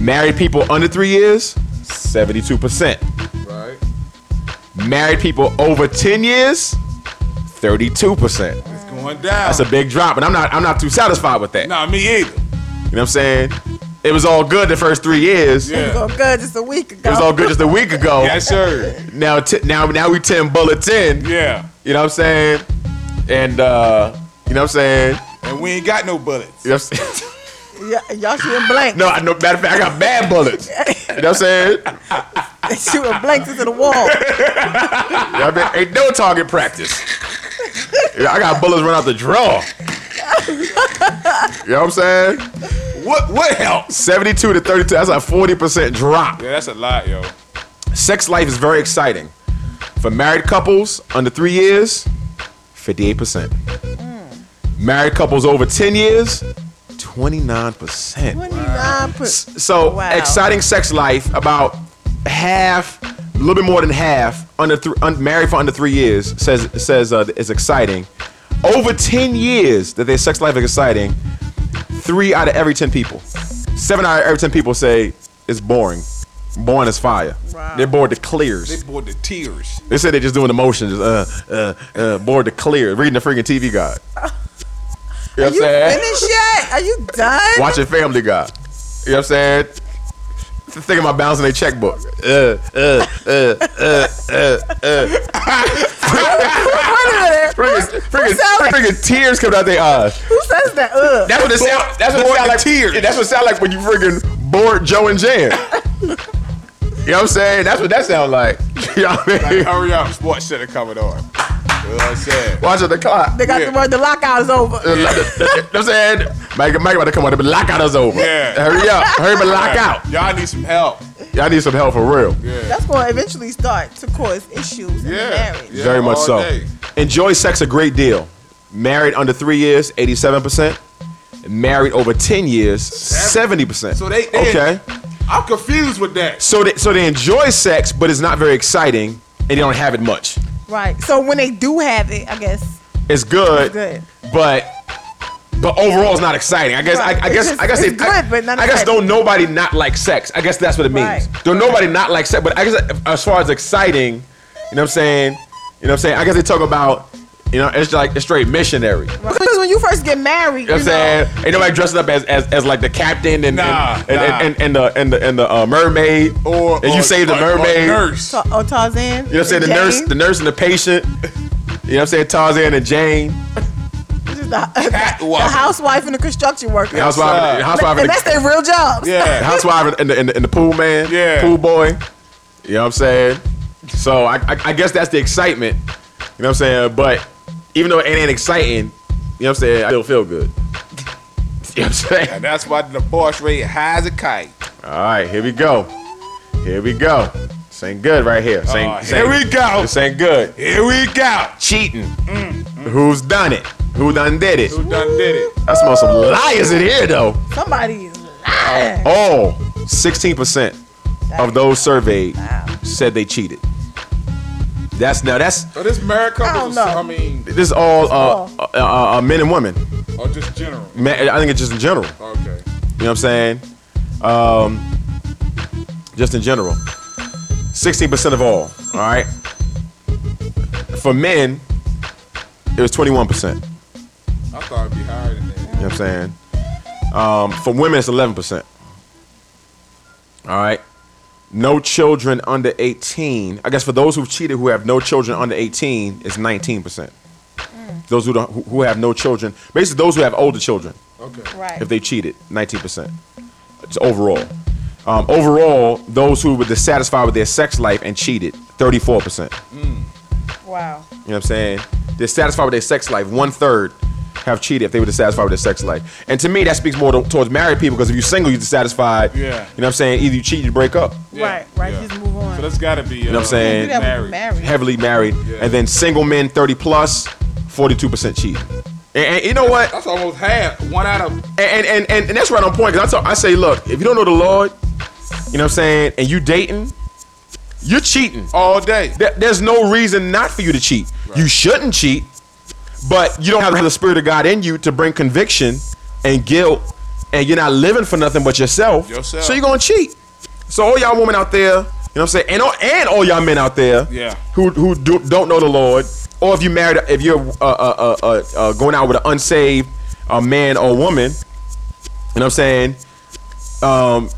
[SPEAKER 6] Married people under three years, 72%.
[SPEAKER 8] Right.
[SPEAKER 6] Married people over 10 years, 32%.
[SPEAKER 16] Going down.
[SPEAKER 6] That's a big drop, and I'm not I'm not too satisfied with that.
[SPEAKER 16] Nah, me either.
[SPEAKER 6] You know what I'm saying? It was all good the first three years.
[SPEAKER 7] It was all good just a week ago.
[SPEAKER 6] It was all good just a week ago.
[SPEAKER 16] Yes, sir.
[SPEAKER 6] Now, t- now, now we ten bullet ten.
[SPEAKER 16] Yeah.
[SPEAKER 6] You know what I'm saying? And uh, you know what I'm saying?
[SPEAKER 16] And we ain't got no bullets.
[SPEAKER 6] You know what I'm saying?
[SPEAKER 7] Yeah, y'all shooting blank.
[SPEAKER 6] no, I know. Matter of fact, I got bad bullets. You know what I'm saying?
[SPEAKER 7] shooting blanks into the wall.
[SPEAKER 6] I mean, ain't no target practice. Yeah, I got bullets run out the draw. You know what I'm saying?
[SPEAKER 16] What what help?
[SPEAKER 6] 72 to 32. That's a 40% drop.
[SPEAKER 16] Yeah, that's a lot, yo.
[SPEAKER 6] Sex life is very exciting. For married couples under three years, 58%. Married couples over 10 years, 29%. So
[SPEAKER 7] Oh,
[SPEAKER 6] exciting sex life about half, a little bit more than half under three, un, married for under three years says says uh, is exciting. Over ten years that their sex life is exciting. Three out of every ten people, seven out of every ten people say it's boring. Boring as fire. They're bored to
[SPEAKER 16] They
[SPEAKER 6] clears.
[SPEAKER 16] poured the tears.
[SPEAKER 6] They say they're just doing the motions, just, uh, uh, uh, bored to clear, reading the freaking TV guide. You know what I'm
[SPEAKER 7] you
[SPEAKER 6] saying?
[SPEAKER 7] finished yet? Are you done?
[SPEAKER 6] Watching Family Guy. You know what I'm saying? Th- Thinking about bouncing their checkbook. Uh, uh, uh, uh, uh, uh. Friggin', friggin', friggin' tears coming out their eyes.
[SPEAKER 7] Who says that? Ugh.
[SPEAKER 6] That's what it sound. That's what it sound like. Tears. That's what it sound like when you friggin' bored Joe and Jan. you know what I'm saying? That's what that sound like. you know what I mean?
[SPEAKER 16] Like, hurry up, sports center coming on. You know what I'm saying?
[SPEAKER 6] Watch at the clock.
[SPEAKER 7] They got the word the lockout is over.
[SPEAKER 6] You know what I'm saying? Mike, Mike about to come out. The lockout is over.
[SPEAKER 16] Yeah.
[SPEAKER 6] Hurry up. Hurry up and lock
[SPEAKER 16] Yeah.
[SPEAKER 6] out.
[SPEAKER 16] Y'all need some help.
[SPEAKER 6] Y'all need some help for real.
[SPEAKER 7] That's going to eventually start to cause issues in the marriage.
[SPEAKER 6] Very much so. Enjoy sex a great deal. Married under three years, 87%. Married over 10 years, 70%.
[SPEAKER 16] So they- they-
[SPEAKER 6] okay.
[SPEAKER 16] I'm confused with that.
[SPEAKER 6] So they, so they enjoy sex, but it's not very exciting and they don't have it much.
[SPEAKER 7] Right. So when they do have it, I guess
[SPEAKER 6] It's good,
[SPEAKER 7] it's good.
[SPEAKER 6] but but overall it's not exciting. I guess I, I
[SPEAKER 7] Right.
[SPEAKER 6] guess
[SPEAKER 7] It's
[SPEAKER 6] I guess
[SPEAKER 7] just-
[SPEAKER 6] they-
[SPEAKER 7] it's
[SPEAKER 6] I,
[SPEAKER 7] good, but not
[SPEAKER 6] I guess
[SPEAKER 7] exciting.
[SPEAKER 6] don't nobody not like sex. I guess that's what it means.
[SPEAKER 7] Right.
[SPEAKER 6] Don't nobody not like sex, but I guess uh, as far as exciting, you know what I'm saying? You know what I'm saying? I guess they talk about you know, it's like it's straight missionary.
[SPEAKER 7] Because when you first get married,
[SPEAKER 6] You know what
[SPEAKER 7] you
[SPEAKER 6] I'm
[SPEAKER 7] know,
[SPEAKER 6] saying? Ain't nobody dressing up as, as, as like the captain and
[SPEAKER 16] Nah,
[SPEAKER 6] and, and,
[SPEAKER 16] nah.
[SPEAKER 6] and, and the and the and the uh, mermaid
[SPEAKER 16] Or,
[SPEAKER 6] and you
[SPEAKER 16] or-
[SPEAKER 6] save the
[SPEAKER 16] or- or
[SPEAKER 6] mermaid.
[SPEAKER 16] Oh, nurse.
[SPEAKER 7] Ta- oh, Tarzan.
[SPEAKER 6] You know what I'm saying? The nurse, the nurse and the patient. You know what I'm saying? Tarzan and Jane.
[SPEAKER 7] the, housewife and the construction worker.
[SPEAKER 6] The housewife and the- the housewife and
[SPEAKER 7] and
[SPEAKER 6] the-
[SPEAKER 7] that's their real jobs.
[SPEAKER 6] The housewife and the, and the, and the pool man.
[SPEAKER 16] Yeah.
[SPEAKER 6] Pool boy. You know what I'm saying? So I, I, I guess that's the excitement. You know what I'm saying? But even though it ain't exciting, you know what I'm saying? I still feel good. You know what I'm saying?
[SPEAKER 16] And that's why the divorce rate high as a kite.
[SPEAKER 6] All right, here we go. Here we go. This ain't good right here. This ain't,
[SPEAKER 16] Oh,
[SPEAKER 6] this ain't-
[SPEAKER 16] here we go.
[SPEAKER 6] This ain't good.
[SPEAKER 16] Here we go. Mm,
[SPEAKER 6] Cheating. Who's done it? Who done did it?
[SPEAKER 16] Who done did it?
[SPEAKER 6] I smell some liars in here though.
[SPEAKER 7] Somebody is lying.
[SPEAKER 6] All 16% Oh, of those surveyed said they cheated. That's now that's
[SPEAKER 16] So this married couple,
[SPEAKER 7] I don't
[SPEAKER 16] is-
[SPEAKER 7] know.
[SPEAKER 16] I mean,
[SPEAKER 6] this is all uh, uh, uh, uh, men and women.
[SPEAKER 16] or Oh, just general.
[SPEAKER 6] Ma- I think it's just in general.
[SPEAKER 16] Okay.
[SPEAKER 6] You know what I'm saying? Um, just in general. 16% of all, all right? For men, it was 21%. You know
[SPEAKER 16] I thought it'd be higher than that.
[SPEAKER 6] what I'm saying? Um, for women, it's 11%. All right? No children under 18. I guess for those who've cheated who have no children under 18, it's 19%. Those who, don't, who- who have no children, basically those who have older children
[SPEAKER 16] Okay.
[SPEAKER 7] Right.
[SPEAKER 6] if they cheated, 19%. It's overall. Um, overall, those who were dissatisfied with their sex life and cheated, 34%.
[SPEAKER 7] Mm. Wow.
[SPEAKER 6] You know what I'm saying? Dissatisfied with their sex life, one third have cheated if they were dissatisfied with their sex life. And to me, that speaks more to, towards married people because if you're single, you're dissatisfied.
[SPEAKER 16] Yeah.
[SPEAKER 6] You know what I'm saying? Either you cheat, you break up.
[SPEAKER 7] Right. Right. Just move on.
[SPEAKER 16] So that's gotta be. uh,
[SPEAKER 6] You know what I'm saying?
[SPEAKER 7] You never married.
[SPEAKER 6] Heavily married. And then single men, 30 plus, 42% cheat. And, and you know what?
[SPEAKER 16] That's almost half. One out of.
[SPEAKER 6] and and and, and that's right on point because I talk, I say, look, if you don't know the Lord, you know what I'm saying, and you dating, you're cheating
[SPEAKER 16] all day.
[SPEAKER 6] There- there's no reason not for you to cheat. You shouldn't cheat, but you don't have the Spirit of God in you to bring conviction and guilt and you're not living for nothing but yourself,
[SPEAKER 16] Yourself.
[SPEAKER 6] so you're gonna cheat. So all y'all women out there, you know what I'm saying, and all, and all y'all men out there,
[SPEAKER 16] Yeah.
[SPEAKER 6] who who do, don't know the Lord, or if you married, if you're uh, uh, uh, uh, uh, going out with an unsaved uh, man or woman, you know what I'm saying, um,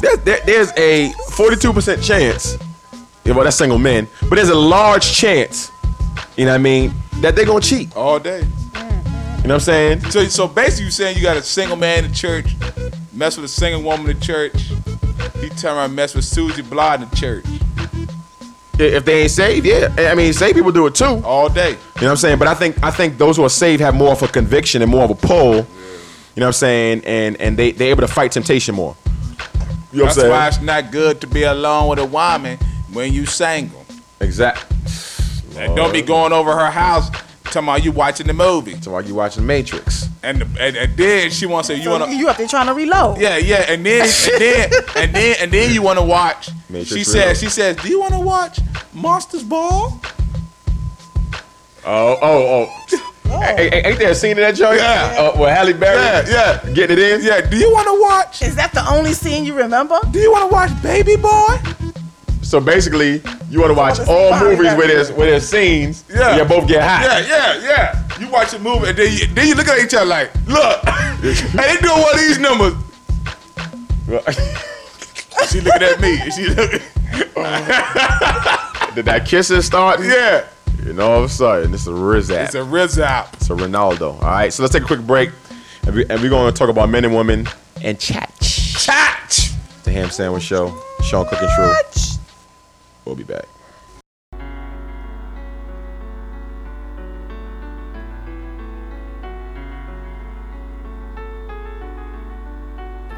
[SPEAKER 6] there, there, there's a 42 percent chance. Yeah, well, that's single men, but there's a large chance, you know what I mean, that they're gonna cheat.
[SPEAKER 16] all day.
[SPEAKER 6] You know what I'm saying?
[SPEAKER 16] So, so basically, you saying you got a single man in church, mess with a single woman in church. He turn around and mess with Susie Bly in the church.
[SPEAKER 6] If they ain't saved, yeah. I mean, saved people do it too.
[SPEAKER 16] All day.
[SPEAKER 6] You know what I'm saying? But I think I think those who are saved have more of a conviction and more of a pull. You know what I'm saying? And and they they're able to fight temptation more. You know what
[SPEAKER 16] That's
[SPEAKER 6] I'm saying?
[SPEAKER 16] why it's not good to be alone with a woman when you single.
[SPEAKER 6] Exactly.
[SPEAKER 16] And don't be going over her house talking about you watching the movie.
[SPEAKER 6] So why you watching Matrix?
[SPEAKER 16] And, the, and and then she wants to say you want to
[SPEAKER 7] you up there trying to reload?
[SPEAKER 16] yeah yeah and then and then and then and then you want to watch.
[SPEAKER 6] Matrix
[SPEAKER 16] she
[SPEAKER 6] Reloaded.
[SPEAKER 16] says she says do you want to watch Monsters Ball?
[SPEAKER 6] Oh oh oh. Ain't, ain't- ain't there a scene in that joke? Yeah. Uh, with Halle Berry. Yeah, yeah. Getting it in.
[SPEAKER 16] Yeah. Do you want to watch?
[SPEAKER 7] Is that the only scene you remember?
[SPEAKER 16] Do you want to watch Baby Boy?
[SPEAKER 6] So basically, you want to watch all movies where there's where there's scenes.
[SPEAKER 16] Yeah.
[SPEAKER 6] Where you both get hot.
[SPEAKER 16] Yeah, yeah, yeah. You watch a movie and then you, then you look at each other like, look, and they doing one of these numbers. And she looking at me. And she looking.
[SPEAKER 6] Did that kissing start?
[SPEAKER 16] Yeah.
[SPEAKER 6] And all of a sudden, it's a Rizap.
[SPEAKER 16] It's a Riz out.
[SPEAKER 6] So Ronaldo. All right. So let's take a quick break, and, we, and we're going to talk about men and women and chat.
[SPEAKER 16] Chat.
[SPEAKER 6] The Ham Sandwich Show. Sean Cooking True. We'll be back.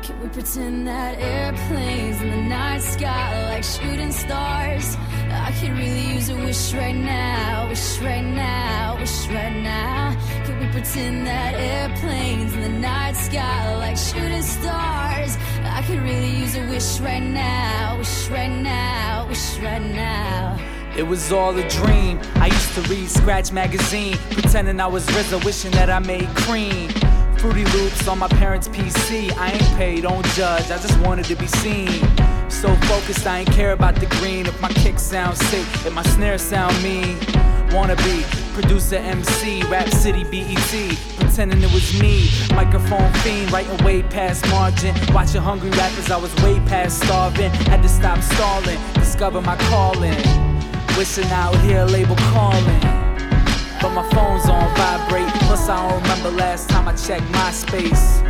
[SPEAKER 17] Can we pretend that airplanes in the night sky are like shooting stars? I could really use a wish right now, wish right now, wish right now. Can we pretend that airplanes in the night sky are like shooting stars? I could really use a wish right now, wish right now, wish right now.
[SPEAKER 18] It was all a dream. I used to read Scratch magazine, pretending I was RZA, wishing that I made cream. Fruity Loops on my parents' PC. I ain't paid, don't judge. I just wanted to be seen. So focused, I ain't care about the green. If my kick sound sick, if my snare sound mean. Wanna be producer, MC, Rap City, BET, pretending it was me. Microphone fiend, writing way past margin. Watching hungry rappers, I was way past starving. Had to stop stalling, discover my calling. Wishing out here, label calling. But my phone's on vibrate. Plus, I don't remember last time I checked MySpace.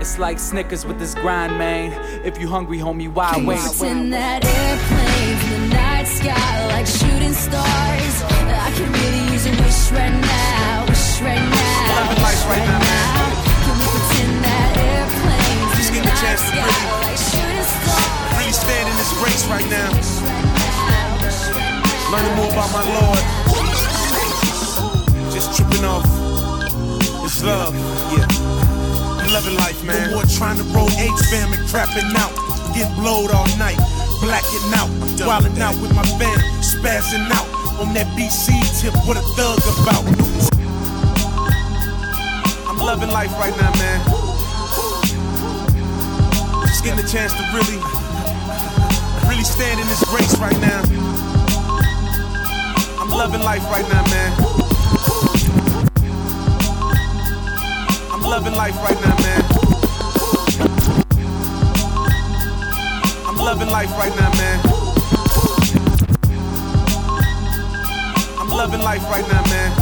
[SPEAKER 18] It's like Snickers with this grind, man. If you hungry, homie, why
[SPEAKER 17] Can we
[SPEAKER 18] wait?
[SPEAKER 17] pretend that airplanes in the night sky are like shooting stars? I could really use a wish right now, wish right now, wish right now. Can we pretend that airplanes in the night sky are like shooting stars?
[SPEAKER 19] Really stand in this race right now. Learning more about my Lord. Just tripping off. It's love. Yeah. I'm loving life, man. The war trying to roll eight fam and crapping out. Getting blowed all night. Blacking out. Wilding out with my fam. Spazzing out. On that BC tip, what a thug about. I'm loving life right now, man. Just getting a chance to really, really stand in this race right now. I'm loving life right now, man. I'm loving life right now, man. I'm loving life right now, man. I'm loving life right now, man.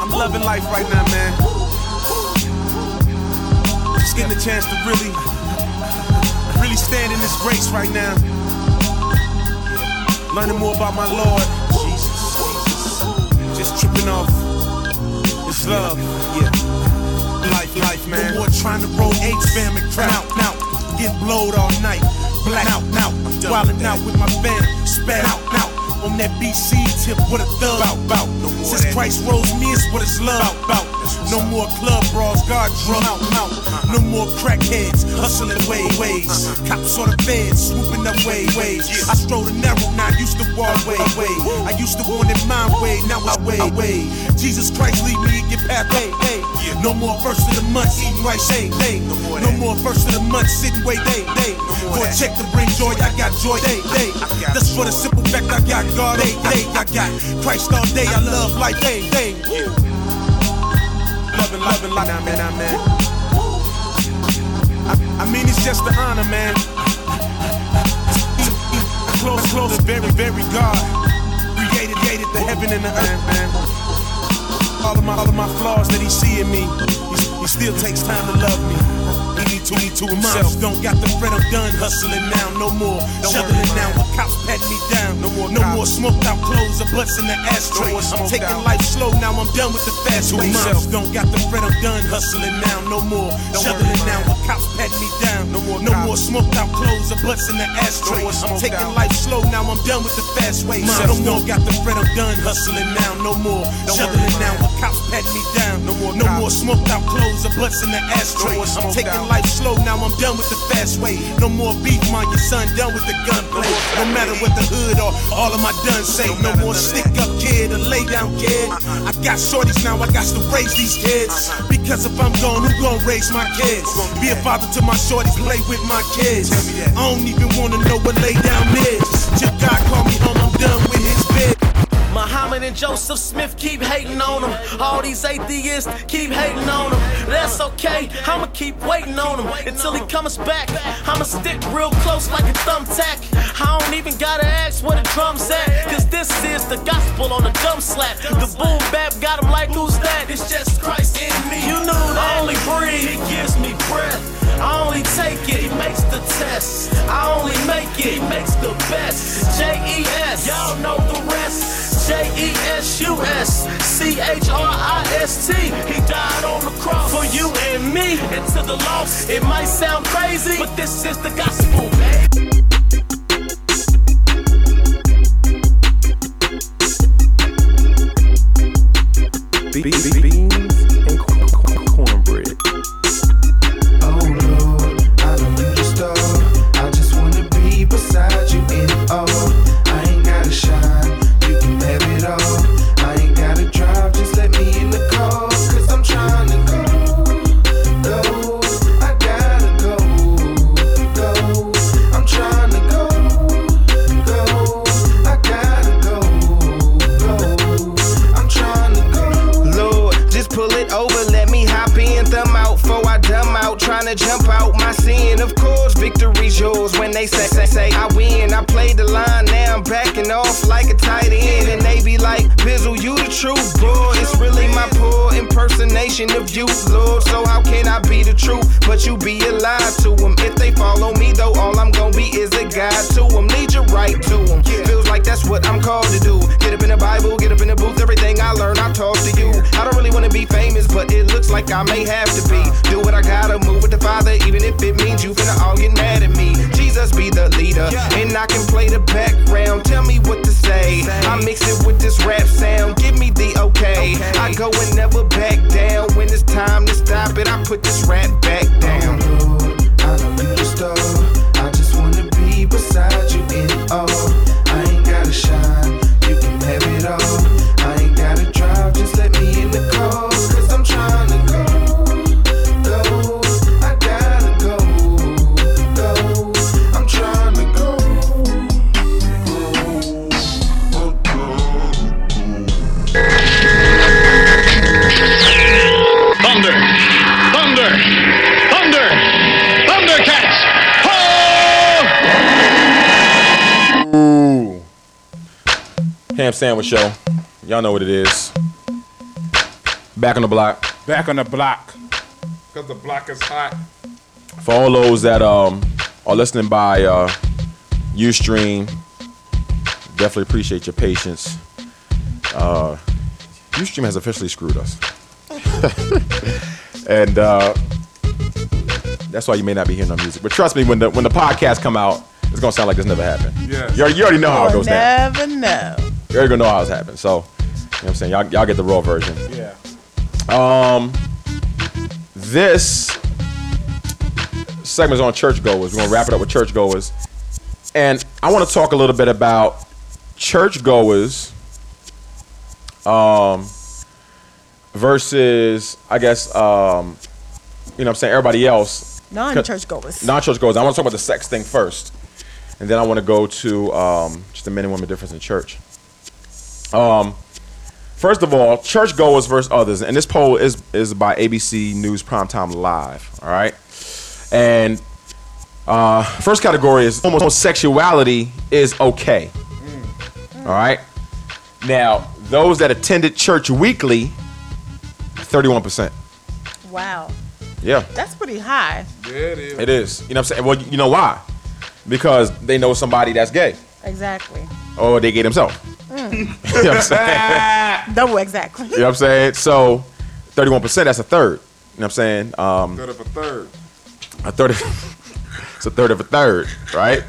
[SPEAKER 19] I'm loving life right now, man. Just getting a chance to really, really stand in this race right now. Learning more about my Lord. Just tripping off. It's love. Yeah. Life, life, man. The war trying to roll eight fam and crowd out, out. Get blowed all night. Black out, out. Wildin' out with my fam. Spat out, out. on that BC tip, what a thug about. Since Christ rose me, it's what it's love about. No more club bras, God drunk out, out. No more crackheads, hustling way, ways. Cops on the bed, swooping up way, ways. I strode a narrow, now I used to walk way, way. I used to want it my way, now it's way, way. Jesus Christ, lead me in your path, hey, hey. No more first of the month, eating rice, hey, hey. No more first of the month, sitting way, hey, hey. For a check to bring joy, I got joy, hey, hey. That's for the simple fact I got God, hey, hey. I got Christ all day, I love life, hey, hey. Loving, loving, like nah, man, nah, man. I, I mean, it's just an honor, man. Close, close, very, very God. Created, created the heaven and the earth, man. All of my, all of my flaws that he see in me, he, he still takes time to love me. He need to, need to himself. Don't got the fret, I'm done hustling now, no more. Shoveling now, when cops pat me down. No more, no more smoked out clothes or butts in the ashtray. I'm taking life slow now, I'm done with the fast way. Myself. Don't got the fret, I'm done hustling now, no more. Shoveling now, when cops pat me down. No more, no more smoked out clothes or butts in the ashtray. I'm taking life slow now, I'm done with the fast way. Myself. Don't got the fret, I'm done hustling now, no more. Shoveling now, when cops pat me down. No more, no more smoked out clothes or butts in the ashtray. I'm taking life slow now, I'm done with the fast way. No more beef, mind your son, done with the gunplay. No matter what the hood or all of my done say. No more stick up kid or lay down kid. I got shorties now, I got to raise these kids. Because if I'm gone, who gon' raise my kids? Be a father to my shorties, play with my kids. I don't even wanna know what lay down is. Till God call me home, I'm done with his bid.
[SPEAKER 20] Muhammad and Joseph Smith keep hating on them. All these atheists keep hating on them. That's okay, I'ma keep waiting on him until he comes back. I'ma stick real close like a thumbtack. I don't even gotta ask where the drums at, cause this is the gospel on a drum slap. The boom bap got him like, who's that? It's just Christ in me. You know, I only breathe, he gives me breath. I only take it, he makes the test. I only make it, he makes the best. J E S, y'all know the rest. J E S U S C H R I S T. He died on the cross for you and me. And to the lost, it might sound crazy, but this is the gospel, man.
[SPEAKER 6] Be- be- be- Beans and corn- corn- cornbread.
[SPEAKER 21] Lord, just pull it over, let me hop in, thumb out, for I dumb out, tryna jump out my sin. Of course, victory's yours when they say, say, say, I win. I played the line, now I'm backing off like a tight end. And they be like, Bizzle, you the truth, boy. It's really my poor impersonation of you, Lord. So how can I be the truth? But you be a lie to them. If they follow me, though, all I'm gonna be is a guide to them. Need you right to them. Feels like that's what I'm called to do. Get up in the Bible, get up in the booth, everything I learned, I taught to you. I don't really wanna be famous, but it looks like I may have to be. Do what I gotta, move with the Father, even if it means you finna all get mad at me. Jesus be the leader, and I can play the background. Tell me what to say. I mix it with this rap sound, give me the okay. I go and never back down. When it's time to stop it, I put this rap back down.
[SPEAKER 22] Thunder! Thunder! Thunder! Thundercats!
[SPEAKER 1] Ooh. Ham sandwich show. Y'all know what it is. Back on the block.
[SPEAKER 16] Back on the block. Because the block is hot.
[SPEAKER 1] For all those that um are listening by uh Ustream, definitely appreciate your patience. Uh Ustream has officially screwed us. and uh that's why you may not be hearing no music. But trust me, when the when the podcast come out,
[SPEAKER 6] It's gonna sound like this never happened.
[SPEAKER 8] Yeah.
[SPEAKER 6] You already, you already know how it
[SPEAKER 7] You'll
[SPEAKER 6] goes down.
[SPEAKER 7] never know.
[SPEAKER 6] You're gonna know how it's happened. So, you know what I'm saying? Y'all, y'all get the raw version.
[SPEAKER 8] Yeah.
[SPEAKER 6] Um, this segment's on churchgoers. We're gonna wrap it up with churchgoers, and I want to talk a little bit about churchgoers. Um, versus I guess um, you know what I'm saying everybody else.
[SPEAKER 7] Non-churchgoers.
[SPEAKER 6] Non-churchgoers. I want to talk about the sex thing first, and then I want to go to um, just the men and women difference in church. Um, first of all, churchgoers versus others, and this poll is is by ABC News Primetime Live. All right, and uh, first category is homosexuality is okay. All right. Now, those that attended church weekly, 31%.
[SPEAKER 7] Wow.
[SPEAKER 6] Yeah.
[SPEAKER 7] That's pretty high.
[SPEAKER 8] Yeah, it is.
[SPEAKER 6] It is. You know what I'm saying? Well, you know why? Because they know somebody that's gay
[SPEAKER 7] Exactly.
[SPEAKER 6] or they gay themselves.
[SPEAKER 7] Mm.
[SPEAKER 6] You know what I'm saying?
[SPEAKER 7] Double exactly.
[SPEAKER 6] you know what I'm saying? So 31%, that's a third. You know what I'm saying? Um,
[SPEAKER 8] Third of a third.
[SPEAKER 6] a third of, it's a third of a third, right?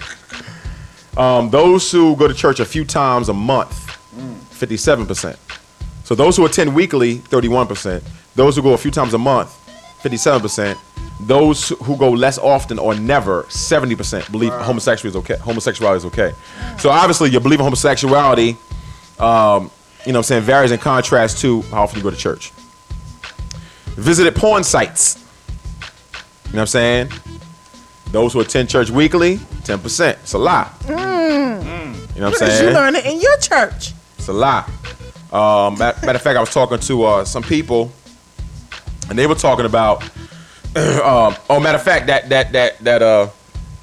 [SPEAKER 6] Um, those who go to church a few times a month, 57%. So those who attend weekly, 31%. Those who go a few times a month, 57%. Those who go less often or never, 70% believe
[SPEAKER 23] Wow.
[SPEAKER 6] homosexuality is okay. Homosexuality is okay. So obviously, your belief in homosexuality, um, you know what I'm saying, varies in contrast to how often you go to church. Visited porn sites. You know what I'm saying? Those who attend church weekly, 10%. It's a lie.
[SPEAKER 7] Mm.
[SPEAKER 6] You know what I'm
[SPEAKER 7] did
[SPEAKER 6] saying?
[SPEAKER 7] you learn it in your church?
[SPEAKER 6] It's a lie. Um, ma- matter of fact, I was talking to uh, some people, and they were talking about. um, oh, matter of fact, that that that that uh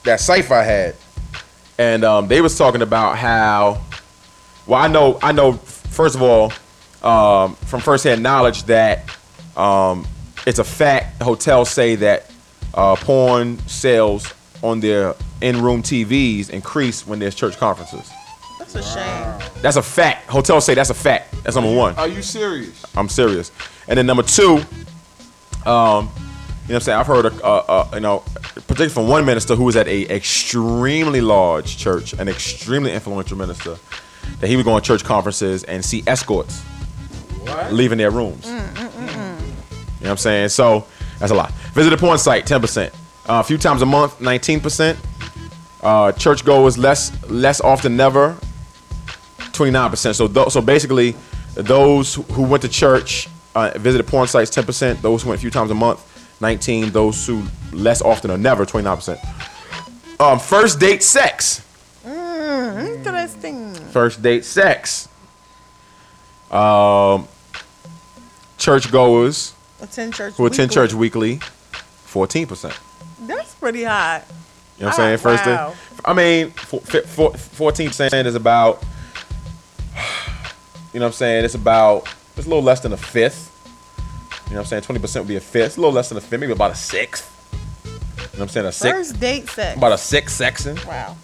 [SPEAKER 6] that cipher I had, and um, they was talking about how. Well, I know, I know. First of all, um, from firsthand knowledge that um, it's a fact. Hotels say that uh, porn sales on their in-room TVs increase when there's church conferences.
[SPEAKER 7] That's a shame.
[SPEAKER 6] That's a fact. Hotels say that's a fact. That's number one.
[SPEAKER 8] Are you serious?
[SPEAKER 6] I'm serious. And then number two, um, you know, what I'm saying I've heard, a, a, a, you know, particularly from one minister who was at a extremely large church, an extremely influential minister, that he would go on church conferences and see escorts leaving their rooms.
[SPEAKER 7] Mm,
[SPEAKER 6] You know what I'm saying? So that's a lot. Visit a porn site, 10%. Uh, a few times a month, 19%. Uh, church goers less less often never, 29%. So tho- so basically, those who went to church uh, visited porn sites, 10%. Those who went a few times a month, 19. Those who less often or never, 29%. Um, first date sex.
[SPEAKER 7] Mm, interesting.
[SPEAKER 6] First date sex. Um, church goers
[SPEAKER 7] Attend church.
[SPEAKER 6] who attend
[SPEAKER 7] weekly.
[SPEAKER 6] church weekly, 14%.
[SPEAKER 7] That's pretty high.
[SPEAKER 6] You know what I'm saying?
[SPEAKER 7] Ah,
[SPEAKER 6] First day.
[SPEAKER 7] wow.
[SPEAKER 6] I mean, fo- fi- fo- 14% is about, you know what I'm saying? It's about, it's a little less than a fifth. You know what I'm saying? 20% would be a fifth. A little less than a fifth, maybe about a sixth. You know what I'm saying? A sixth.
[SPEAKER 7] First date sex.
[SPEAKER 6] About a sixth sexing.
[SPEAKER 7] Wow.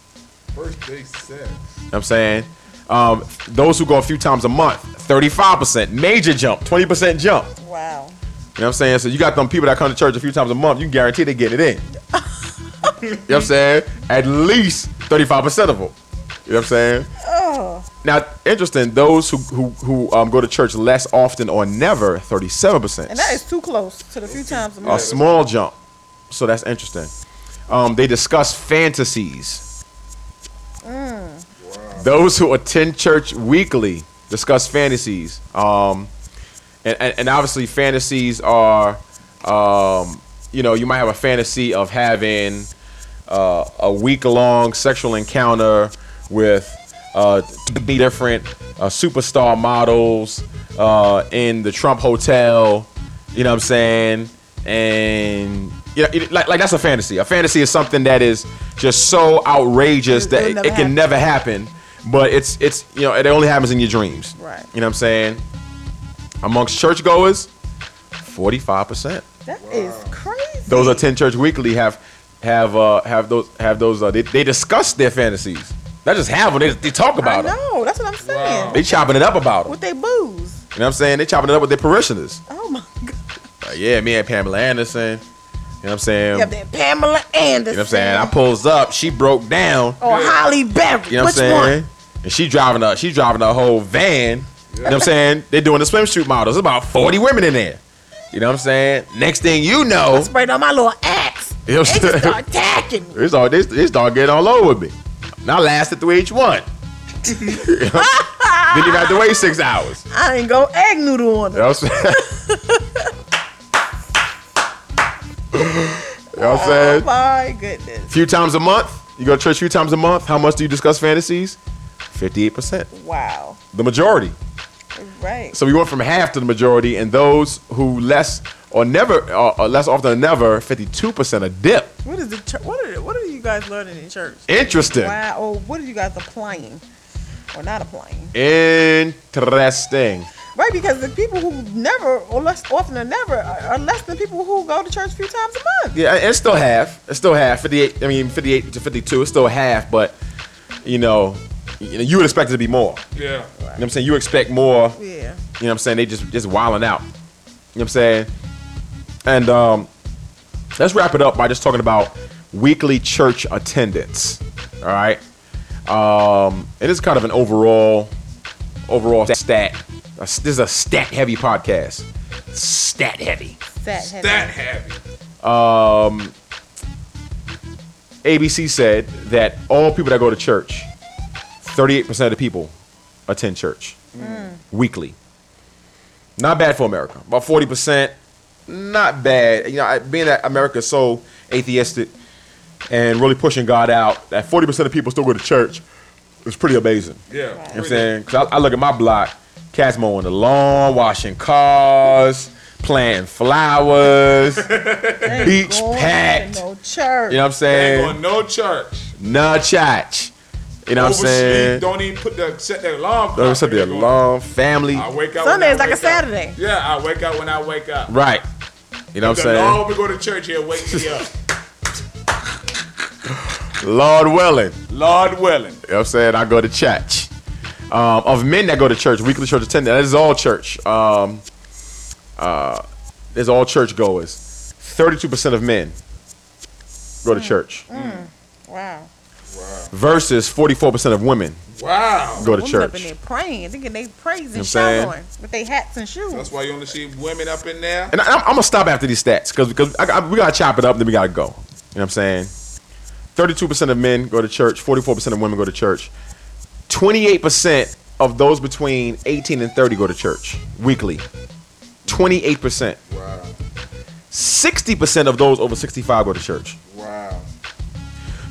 [SPEAKER 8] First day sex.
[SPEAKER 6] You know what I'm saying? Um, those who go a few times a month, 35%. Major jump, 20% jump.
[SPEAKER 7] Wow.
[SPEAKER 6] You know what I'm saying? So you got them people that come to church a few times a month, you guarantee they getting it in. you
[SPEAKER 7] mm.
[SPEAKER 6] know what I'm saying? At least 35% of them. You know what I'm saying?
[SPEAKER 7] Oh.
[SPEAKER 6] Now, interesting, those who who, who um, go to church less often or never, 37%.
[SPEAKER 7] And that is too close to the few times a
[SPEAKER 6] A
[SPEAKER 7] month.
[SPEAKER 6] small jump. So that's interesting. Um, they discuss fantasies.
[SPEAKER 7] Mm.
[SPEAKER 6] Those who attend church weekly discuss fantasies. Um, and, and, and obviously, fantasies are, um, you know, you might have a fantasy of having uh, a week long sexual encounter with uh, be different uh, superstar models uh, in the Trump Hotel. You know what I'm saying? And yeah, it, like, like that's a fantasy. A fantasy is something that is just so outrageous that it,
[SPEAKER 23] it'll
[SPEAKER 6] it
[SPEAKER 23] never
[SPEAKER 6] can
[SPEAKER 23] happen.
[SPEAKER 6] never happen. But it's it's you know it only happens in your dreams.
[SPEAKER 7] Right.
[SPEAKER 6] You know what I'm saying? Amongst churchgoers, 45 percent.
[SPEAKER 7] That is crazy.
[SPEAKER 6] Those attend church weekly have have uh, have those have those uh, they, they discuss their fantasies. Not just have them. They, they talk about them.
[SPEAKER 7] No, that's what I'm saying.
[SPEAKER 6] They chopping it up about them.
[SPEAKER 7] With they booze. Uh-huh.
[SPEAKER 6] You know what I'm saying? They chopping it up with their parishioners.
[SPEAKER 7] Oh my.
[SPEAKER 6] Like, yeah, me and Pamela Anderson. know what I'm saying?
[SPEAKER 7] You have that Pamela
[SPEAKER 6] You know
[SPEAKER 7] Anderson.
[SPEAKER 6] what I'm saying? I pulls up, she broke down.
[SPEAKER 7] Or Holly Berry.
[SPEAKER 6] You know what I'm
[SPEAKER 7] Which
[SPEAKER 6] saying?
[SPEAKER 7] one?
[SPEAKER 6] And she driving a she driving a whole van. You know what I'm saying? They're doing the swimsuit models. There's about 40 women in there. You know what I'm saying? Next thing you know,
[SPEAKER 7] I sprayed on my little axe.
[SPEAKER 6] You know what I'm
[SPEAKER 7] They
[SPEAKER 6] saying?
[SPEAKER 7] just start attacking me.
[SPEAKER 6] It's all this this dog get all over me. And I lasted through each one. You know? then you got to wait six hours.
[SPEAKER 7] I ain't go egg noodle on
[SPEAKER 6] You
[SPEAKER 7] them.
[SPEAKER 6] know what I'm saying? you know what I'm
[SPEAKER 7] Oh
[SPEAKER 6] saying?
[SPEAKER 7] my goodness.
[SPEAKER 6] few times a month. You go to church a few times a month. How much do you discuss fantasies? 58%.
[SPEAKER 7] Wow.
[SPEAKER 6] The majority.
[SPEAKER 7] Right.
[SPEAKER 6] So we went from half to the majority, and those who less or never, or or less often than never, 52% are dip.
[SPEAKER 7] What is the church? What are what are you guys learning in church?
[SPEAKER 6] Interesting.
[SPEAKER 7] Wow. Or what are you guys applying or not applying?
[SPEAKER 6] Interesting.
[SPEAKER 7] Right, because the people who never or less often than never are, are less than people who go to church a few times a month.
[SPEAKER 6] Yeah, it's still half. It's still half. 58, I mean, 58 to 52, it's still half, but, you know, you, know, you would expect it to be more.
[SPEAKER 8] Yeah.
[SPEAKER 6] You know what I'm saying? You expect more.
[SPEAKER 7] Yeah.
[SPEAKER 6] You know what I'm saying? They just just wilding out. You know what I'm saying? And um, let's wrap it up by just talking about weekly church attendance. All right. Um, it is kind of an overall overall stat. a s- This is a stat heavy podcast. Stat heavy.
[SPEAKER 7] Stat heavy.
[SPEAKER 8] Stat heavy.
[SPEAKER 6] Um, ABC said that all people that go to church, 38% of the people attend church
[SPEAKER 7] Mm.
[SPEAKER 6] weekly. Not bad for America. About forty percent. Not bad. You know, I- being that America is so atheistic and really pushing God out, that forty percent of people still go to church is pretty amazing.
[SPEAKER 8] Yeah.
[SPEAKER 6] You know what I'm saying? 'Cause I, I look at my block, cats mowing the lawn, washing cars, planting flowers, beach
[SPEAKER 7] Going to
[SPEAKER 6] packed.
[SPEAKER 7] No church.
[SPEAKER 6] You know what I'm saying?
[SPEAKER 8] Ain't going no church.
[SPEAKER 6] Nah, chach. You know what I'm
[SPEAKER 8] Oversleep,
[SPEAKER 6] saying?
[SPEAKER 8] Don't even put the set that alarm.
[SPEAKER 6] Don't
[SPEAKER 8] clock.
[SPEAKER 6] set the alarm. Family.
[SPEAKER 8] I wake up.
[SPEAKER 7] Sunday
[SPEAKER 8] when
[SPEAKER 7] is
[SPEAKER 8] I
[SPEAKER 7] like a
[SPEAKER 8] wake up.
[SPEAKER 7] Saturday.
[SPEAKER 8] Yeah, I wake up when I wake up.
[SPEAKER 6] Right. You know what I'm
[SPEAKER 8] The
[SPEAKER 6] saying?
[SPEAKER 8] Lord, we go to church here. Wake me up,
[SPEAKER 6] Lord willing.
[SPEAKER 8] Lord willing.
[SPEAKER 6] You know what I'm saying? I go to church. Um, of men that go to church, weekly church attendance, that is all church. Um, uh, there's all church goers. 32% of men go to church
[SPEAKER 7] Mm. Wow.
[SPEAKER 6] versus 44% of women.
[SPEAKER 8] Wow.
[SPEAKER 6] Go to
[SPEAKER 7] Women Up
[SPEAKER 6] church.
[SPEAKER 7] in there praying, thinking they praising,
[SPEAKER 6] You know what I'm
[SPEAKER 7] and
[SPEAKER 6] saying?
[SPEAKER 7] showering with their hats and shoes. That's
[SPEAKER 8] why you only see women up in there.
[SPEAKER 6] And I, I'm, I'm going to stop after these stats because because I, I- we got to chop it up, then we got to go. You know what I'm saying? 32% of men go to church, 44% of women go to church. 28% of those between 18 and 30 go to church weekly. 28%. Wow. 60% of those over 65 go to church.
[SPEAKER 8] Wow.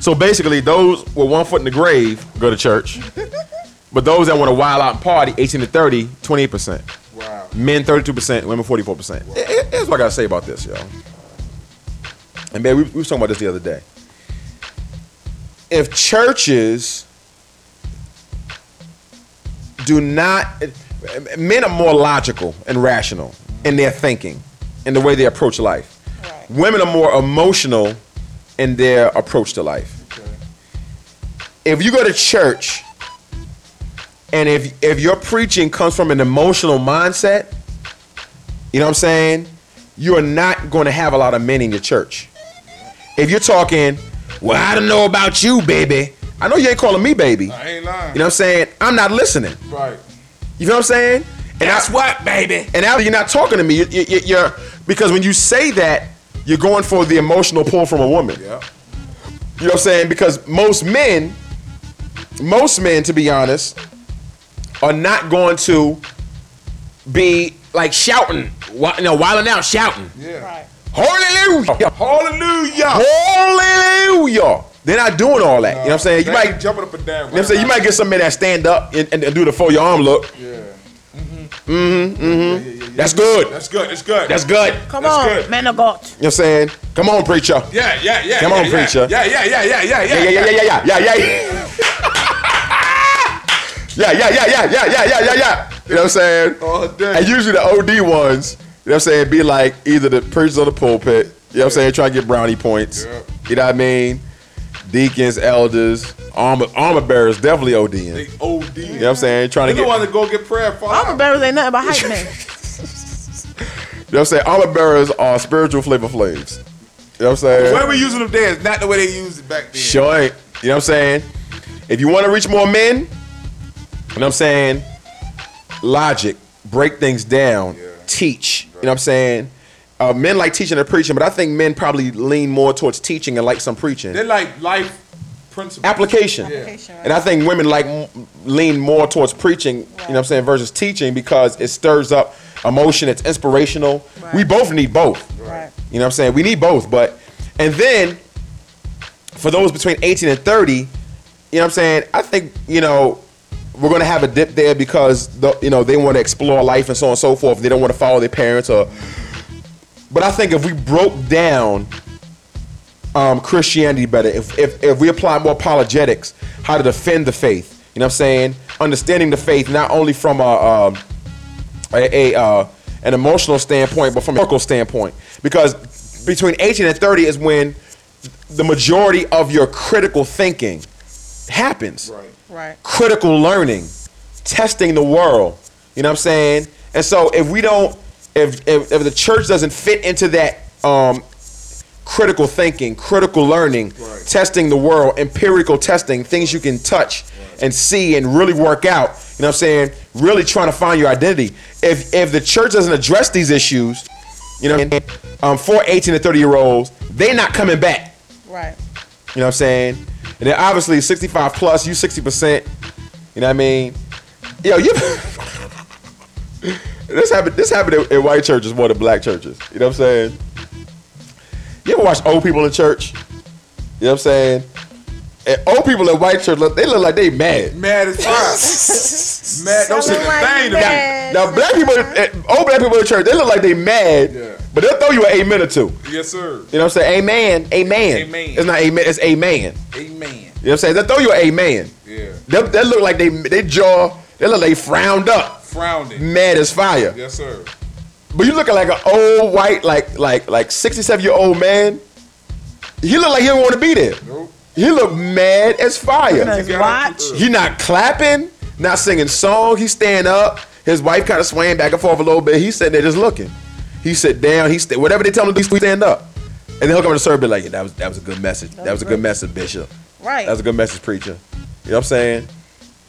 [SPEAKER 6] So basically, those with one foot in the grave go to church. but those that want to wild out and party, 18 to 30, 28%. Wow. Men 32%, women 44%. It- it- here's what I got to say about this, y'all. And man, we, we was talking about this the other day. If churches do not, men are more logical and rational in their thinking, in the way they approach life. Women are more emotional in their approach to life. If you go to church and if if your preaching comes from an emotional mindset, you know what I'm saying? You are not going to have a lot of men in your church. If you're talking, well, I don't know about you, baby. I know you ain't calling me baby.
[SPEAKER 8] I ain't lying.
[SPEAKER 6] You know what I'm saying? I'm not listening.
[SPEAKER 8] Right.
[SPEAKER 6] You know what I'm saying? And that's what, baby. And now you're not talking to me. You- you- you- You're, because when you say that, you're going for the emotional pull from a woman.
[SPEAKER 8] Yeah.
[SPEAKER 6] You know what I'm saying? Because most men, most men, to be honest, are not going to be like shouting, wi- no, wilding out, shouting.
[SPEAKER 8] Yeah.
[SPEAKER 6] Hallelujah!
[SPEAKER 8] Hallelujah!
[SPEAKER 6] Hallelujah! They're not doing all that. you know what I'm saying? You
[SPEAKER 8] They
[SPEAKER 6] might,
[SPEAKER 8] jumping up and down.
[SPEAKER 6] you know what I'm saying? You might get some men that stand up and, and, and do the fold your arm look.
[SPEAKER 8] Yeah.
[SPEAKER 6] Mm-hmm. Mm-hmm. That's good.
[SPEAKER 8] That's good. That's good.
[SPEAKER 6] That's good.
[SPEAKER 7] Come
[SPEAKER 6] That's
[SPEAKER 7] on,
[SPEAKER 6] good.
[SPEAKER 7] man of God.
[SPEAKER 6] You know what I'm saying? Come on, preacher.
[SPEAKER 8] Yeah, yeah, yeah.
[SPEAKER 6] Come
[SPEAKER 8] yeah,
[SPEAKER 6] on,
[SPEAKER 8] yeah.
[SPEAKER 6] preacher.
[SPEAKER 8] Yeah, yeah, yeah, yeah, yeah, yeah,
[SPEAKER 6] yeah, yeah, yeah, yeah, yeah, yeah, yeah. Yeah, yeah, yeah, yeah, yeah, yeah, yeah, yeah, yeah. You know what I'm saying?
[SPEAKER 8] All day.
[SPEAKER 6] And usually the OD ones, you know what I'm saying, be like either the preachers or the pulpit. You know what I'm saying? Try to get brownie points. You know what I mean? Deacons, elders, armor armor bearers, definitely ODing. They
[SPEAKER 8] OD. You
[SPEAKER 6] know what I'm saying? Trying to
[SPEAKER 8] They
[SPEAKER 6] get
[SPEAKER 8] the ones that go get prayer for.
[SPEAKER 7] Armor bearers ain't nothing but hype men.
[SPEAKER 6] You know what I'm saying? Armor bearers are spiritual flavor flaves. know what I'm saying?
[SPEAKER 8] The way we using them there is not the way they used it back then.
[SPEAKER 6] Sure. ain't. You know what I'm saying? If you want to reach more men, you know what I'm saying? Logic, break things down, teach. You know what I'm saying? Uh, men like teaching and preaching, but I think men probably lean more towards teaching and like some preaching.
[SPEAKER 8] They like life principles.
[SPEAKER 6] Application. And I think women like m- lean more towards preaching, you know what I'm saying, versus teaching because it stirs up emotion, it's inspirational. We both need both. You know what I'm saying? We need both, but and then for those between 18 and 30, you know what I'm saying? I think, you know, we're going to have a dip there because the, you know, they want to explore life and so on and so forth. They don't want to follow their parents or But I think if we broke down um, Christianity better, if, if, if we apply more apologetics, how to defend the faith, you know what I'm saying? Understanding the faith not only from a, um a, a uh, an emotional standpoint, but from a historical standpoint. Because between 18 and 30 is when the majority of your critical thinking happens. Right.
[SPEAKER 7] Right.
[SPEAKER 6] Critical learning, testing the world. You know what I'm saying? And so if we don't, if if, if the church doesn't fit into that um, critical thinking, critical learning, testing the world, empirical testing, things you can touch and see and really work out. You know what I'm saying? Really trying to find your identity. If if the church doesn't address these issues, you know, um, for 18 to 30 year olds, they're not coming back.
[SPEAKER 7] Right.
[SPEAKER 6] You know what I'm saying? And then obviously 65 plus, you 60%. You know what I mean? Yo, you This happened this happened in, in white churches more than black churches. You know what I'm saying? You ever watch old people in church? You know what I'm saying? And old people in white church look they look like they mad.
[SPEAKER 8] Mad as fuck. mad. Don't say
[SPEAKER 6] Now-
[SPEAKER 8] a thing to me.
[SPEAKER 6] Now, black people, eh, old black people in church, they look like they mad, but they'll throw you an amen or two.
[SPEAKER 8] Yes, sir.
[SPEAKER 6] You know what I'm saying? Amen, amen.
[SPEAKER 8] Amen.
[SPEAKER 6] It's not amen, it's amen.
[SPEAKER 8] Amen.
[SPEAKER 6] You know what I'm saying? They'll throw you an amen.
[SPEAKER 8] Yeah.
[SPEAKER 6] They, they look like they they jaw, they look like they frowned up,
[SPEAKER 8] Frowning.
[SPEAKER 6] mad as fire.
[SPEAKER 8] Yes, sir.
[SPEAKER 6] But you looking like an old white, like like like 67 year old man. He look like he don't want to be there. He look mad as fire.
[SPEAKER 7] Looking at his watch.
[SPEAKER 6] He not clapping, not singing song. He stand up. His wife kind of swaying back and forth a little bit. He sitting there just looking. He sit down. He sta- whatever they tell him to do, he stand up. And then he'll come in the service and be like, yeah, that was that was a good message. That, was a good message, Bishop.
[SPEAKER 7] Right.
[SPEAKER 6] That was a good message, preacher. You know what I'm saying?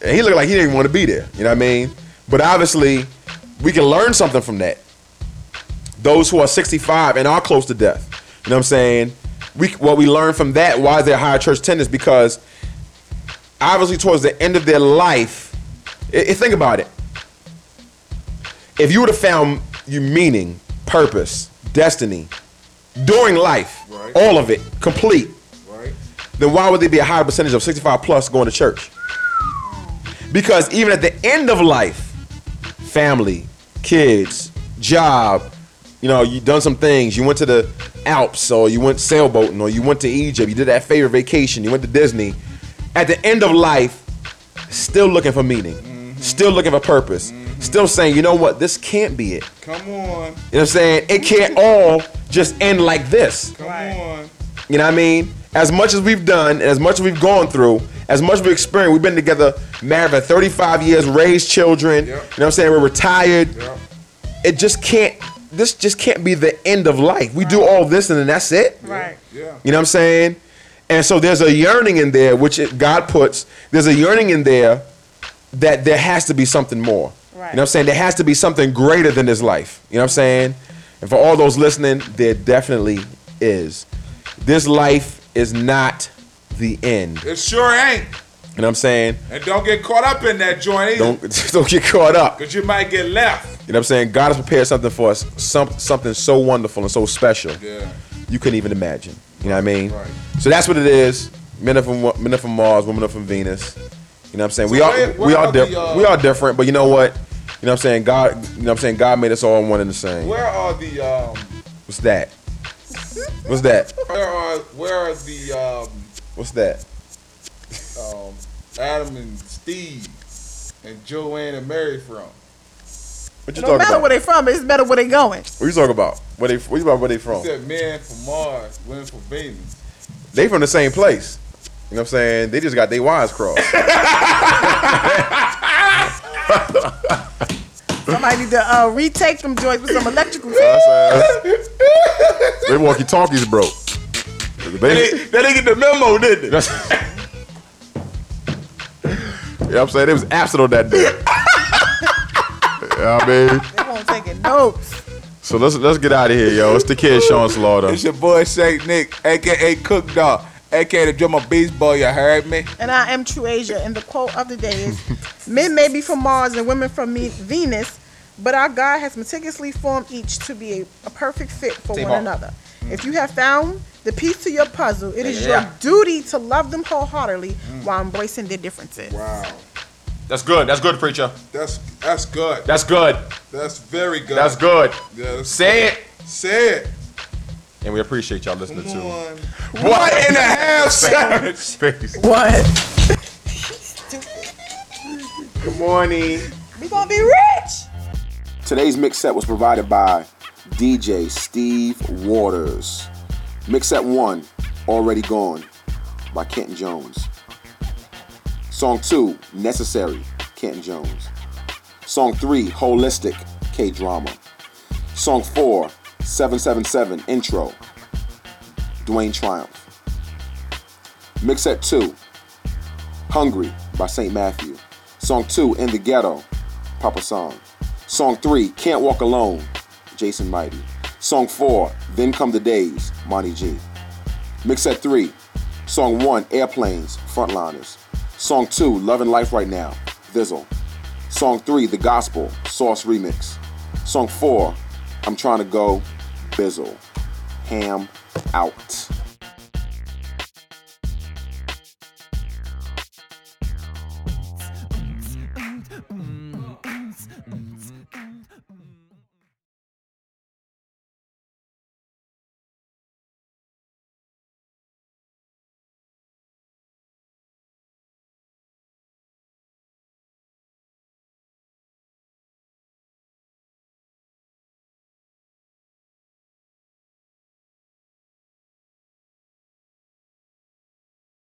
[SPEAKER 6] And he looked like he didn't want to be there. You know what I mean? But obviously, we can learn something from that. Those who are 65 and are close to death. You know what I'm saying? We what we learn from that. Why is there higher church attendance? Because obviously, towards the end of their life, i- i- think about it. If you would have found your meaning, purpose, destiny during life, all of it complete, then why would there be a higher percentage of 65 plus going to church? Because even at the end of life, family, kids, job, you know, you done some things. You went to the Alps or you went sailboating or you went to Egypt. You did that favorite vacation. You went to Disney. At the end of life, still looking for meaning, still looking for purpose, still saying, you know what, this can't be it.
[SPEAKER 8] Come on.
[SPEAKER 6] You know what I'm saying? It can't all just end like this.
[SPEAKER 8] Come on.
[SPEAKER 6] You know what I mean? As much as we've done, and as much as we've gone through, as much as we've experienced, we've been together, married for 35 years, raised children. You know what I'm saying? We're retired. It just can't. This just can't be the end of life. We do all this and then that's it.
[SPEAKER 7] Right.
[SPEAKER 8] Yeah.
[SPEAKER 6] You know what I'm saying? And so there's a yearning in there, which it, God puts. There's a yearning in there that there has to be something more. You know what I'm saying? There has to be something greater than this life. You know what I'm saying? And for all those listening, there definitely is. This life is not the end.
[SPEAKER 8] It sure ain't.
[SPEAKER 6] You know what I'm saying?
[SPEAKER 8] And don't get caught up in that joint either.
[SPEAKER 6] Don't don't get caught up.
[SPEAKER 8] Cause you might get left.
[SPEAKER 6] You know what I'm saying? God has prepared something for us, some, something so wonderful and so special.
[SPEAKER 8] Yeah.
[SPEAKER 6] You couldn't even imagine. You know what I mean? Right. So that's what it is. Men are from men are from Mars, women are from Venus. You know what I'm saying? we
[SPEAKER 8] So
[SPEAKER 6] all
[SPEAKER 8] where- where
[SPEAKER 6] we
[SPEAKER 8] are
[SPEAKER 6] all
[SPEAKER 8] the,
[SPEAKER 6] different.
[SPEAKER 8] uh,
[SPEAKER 6] we are different, but you know what? You know what I'm saying? God, you know what I'm saying? God made us all one and the same.
[SPEAKER 8] Where are the um?
[SPEAKER 6] What's that? What's that?
[SPEAKER 8] Where are where are the um?
[SPEAKER 6] What's that?
[SPEAKER 8] um Adam and Steve and Joanne and Mary from?
[SPEAKER 6] What
[SPEAKER 7] It
[SPEAKER 6] you
[SPEAKER 7] don't
[SPEAKER 6] talking
[SPEAKER 7] matter
[SPEAKER 6] about?
[SPEAKER 7] where they from. It's better where they going.
[SPEAKER 6] What you talking about? Where they? What you about? Where they
[SPEAKER 8] He
[SPEAKER 6] from?
[SPEAKER 8] said men from Mars, women from Venus.
[SPEAKER 6] They from the same place. You know what I'm saying? They just got their wires crossed.
[SPEAKER 7] Somebody need to uh, retake them joints with some electrical.
[SPEAKER 6] Their walkie talkies broke.
[SPEAKER 24] They
[SPEAKER 8] They, they didn't get the memo, did they?
[SPEAKER 24] You know what I'm saying? It was absent on that day. you know what I mean?
[SPEAKER 7] They won't take it. No.
[SPEAKER 24] So let's let's get out of here, yo. It's the kid Sean Slaughter.
[SPEAKER 8] It's your boy Saint Nick, aka Cook Dog, aka the drummer Beast Boy. You heard me?
[SPEAKER 7] And I am True Asia. And the quote of the day is Men may be from Mars and women from me- Venus, but our God has meticulously formed each to be a, a perfect fit for
[SPEAKER 8] Team
[SPEAKER 7] one
[SPEAKER 8] up.
[SPEAKER 7] another. If you have found the piece to your puzzle, it is
[SPEAKER 24] Mm. Yeah. Mm.
[SPEAKER 7] your duty to love them wholeheartedly while embracing their differences. Wow.
[SPEAKER 24] That's good. That's good, preacher.
[SPEAKER 8] That's that's good.
[SPEAKER 24] That's good.
[SPEAKER 8] That's very good.
[SPEAKER 24] That's good.
[SPEAKER 8] Yeah, that's
[SPEAKER 24] Say it.
[SPEAKER 8] Say it.
[SPEAKER 24] And we appreciate y'all listening to
[SPEAKER 8] What in the half seconds?
[SPEAKER 24] Space.
[SPEAKER 7] What?
[SPEAKER 24] Good morning.
[SPEAKER 7] we going to be rich.
[SPEAKER 6] Today's mix set was provided by DJ Steve Waters.
[SPEAKER 24] Mix set one, Already Gone by Kenton Jones.
[SPEAKER 6] Song two, Necessary, Kenton Jones. Song three, Holistic, K Drama. Song four, 777, Intro, Dwayne Triumph. Mix set two, Hungry by St. Matthew. Song two, In the Ghetto, Papa Song. Song three, Can't Walk Alone, Jason Mighty. Song four, Then Come the Days, Monty G. Mix set three, Song one, Airplanes, Frontliners. Song two, Love and Life Right Now, Thizzle. Song three, The Gospel, Sauce Remix. Song four, I'm Trying to Go, Bizzle. Ham out.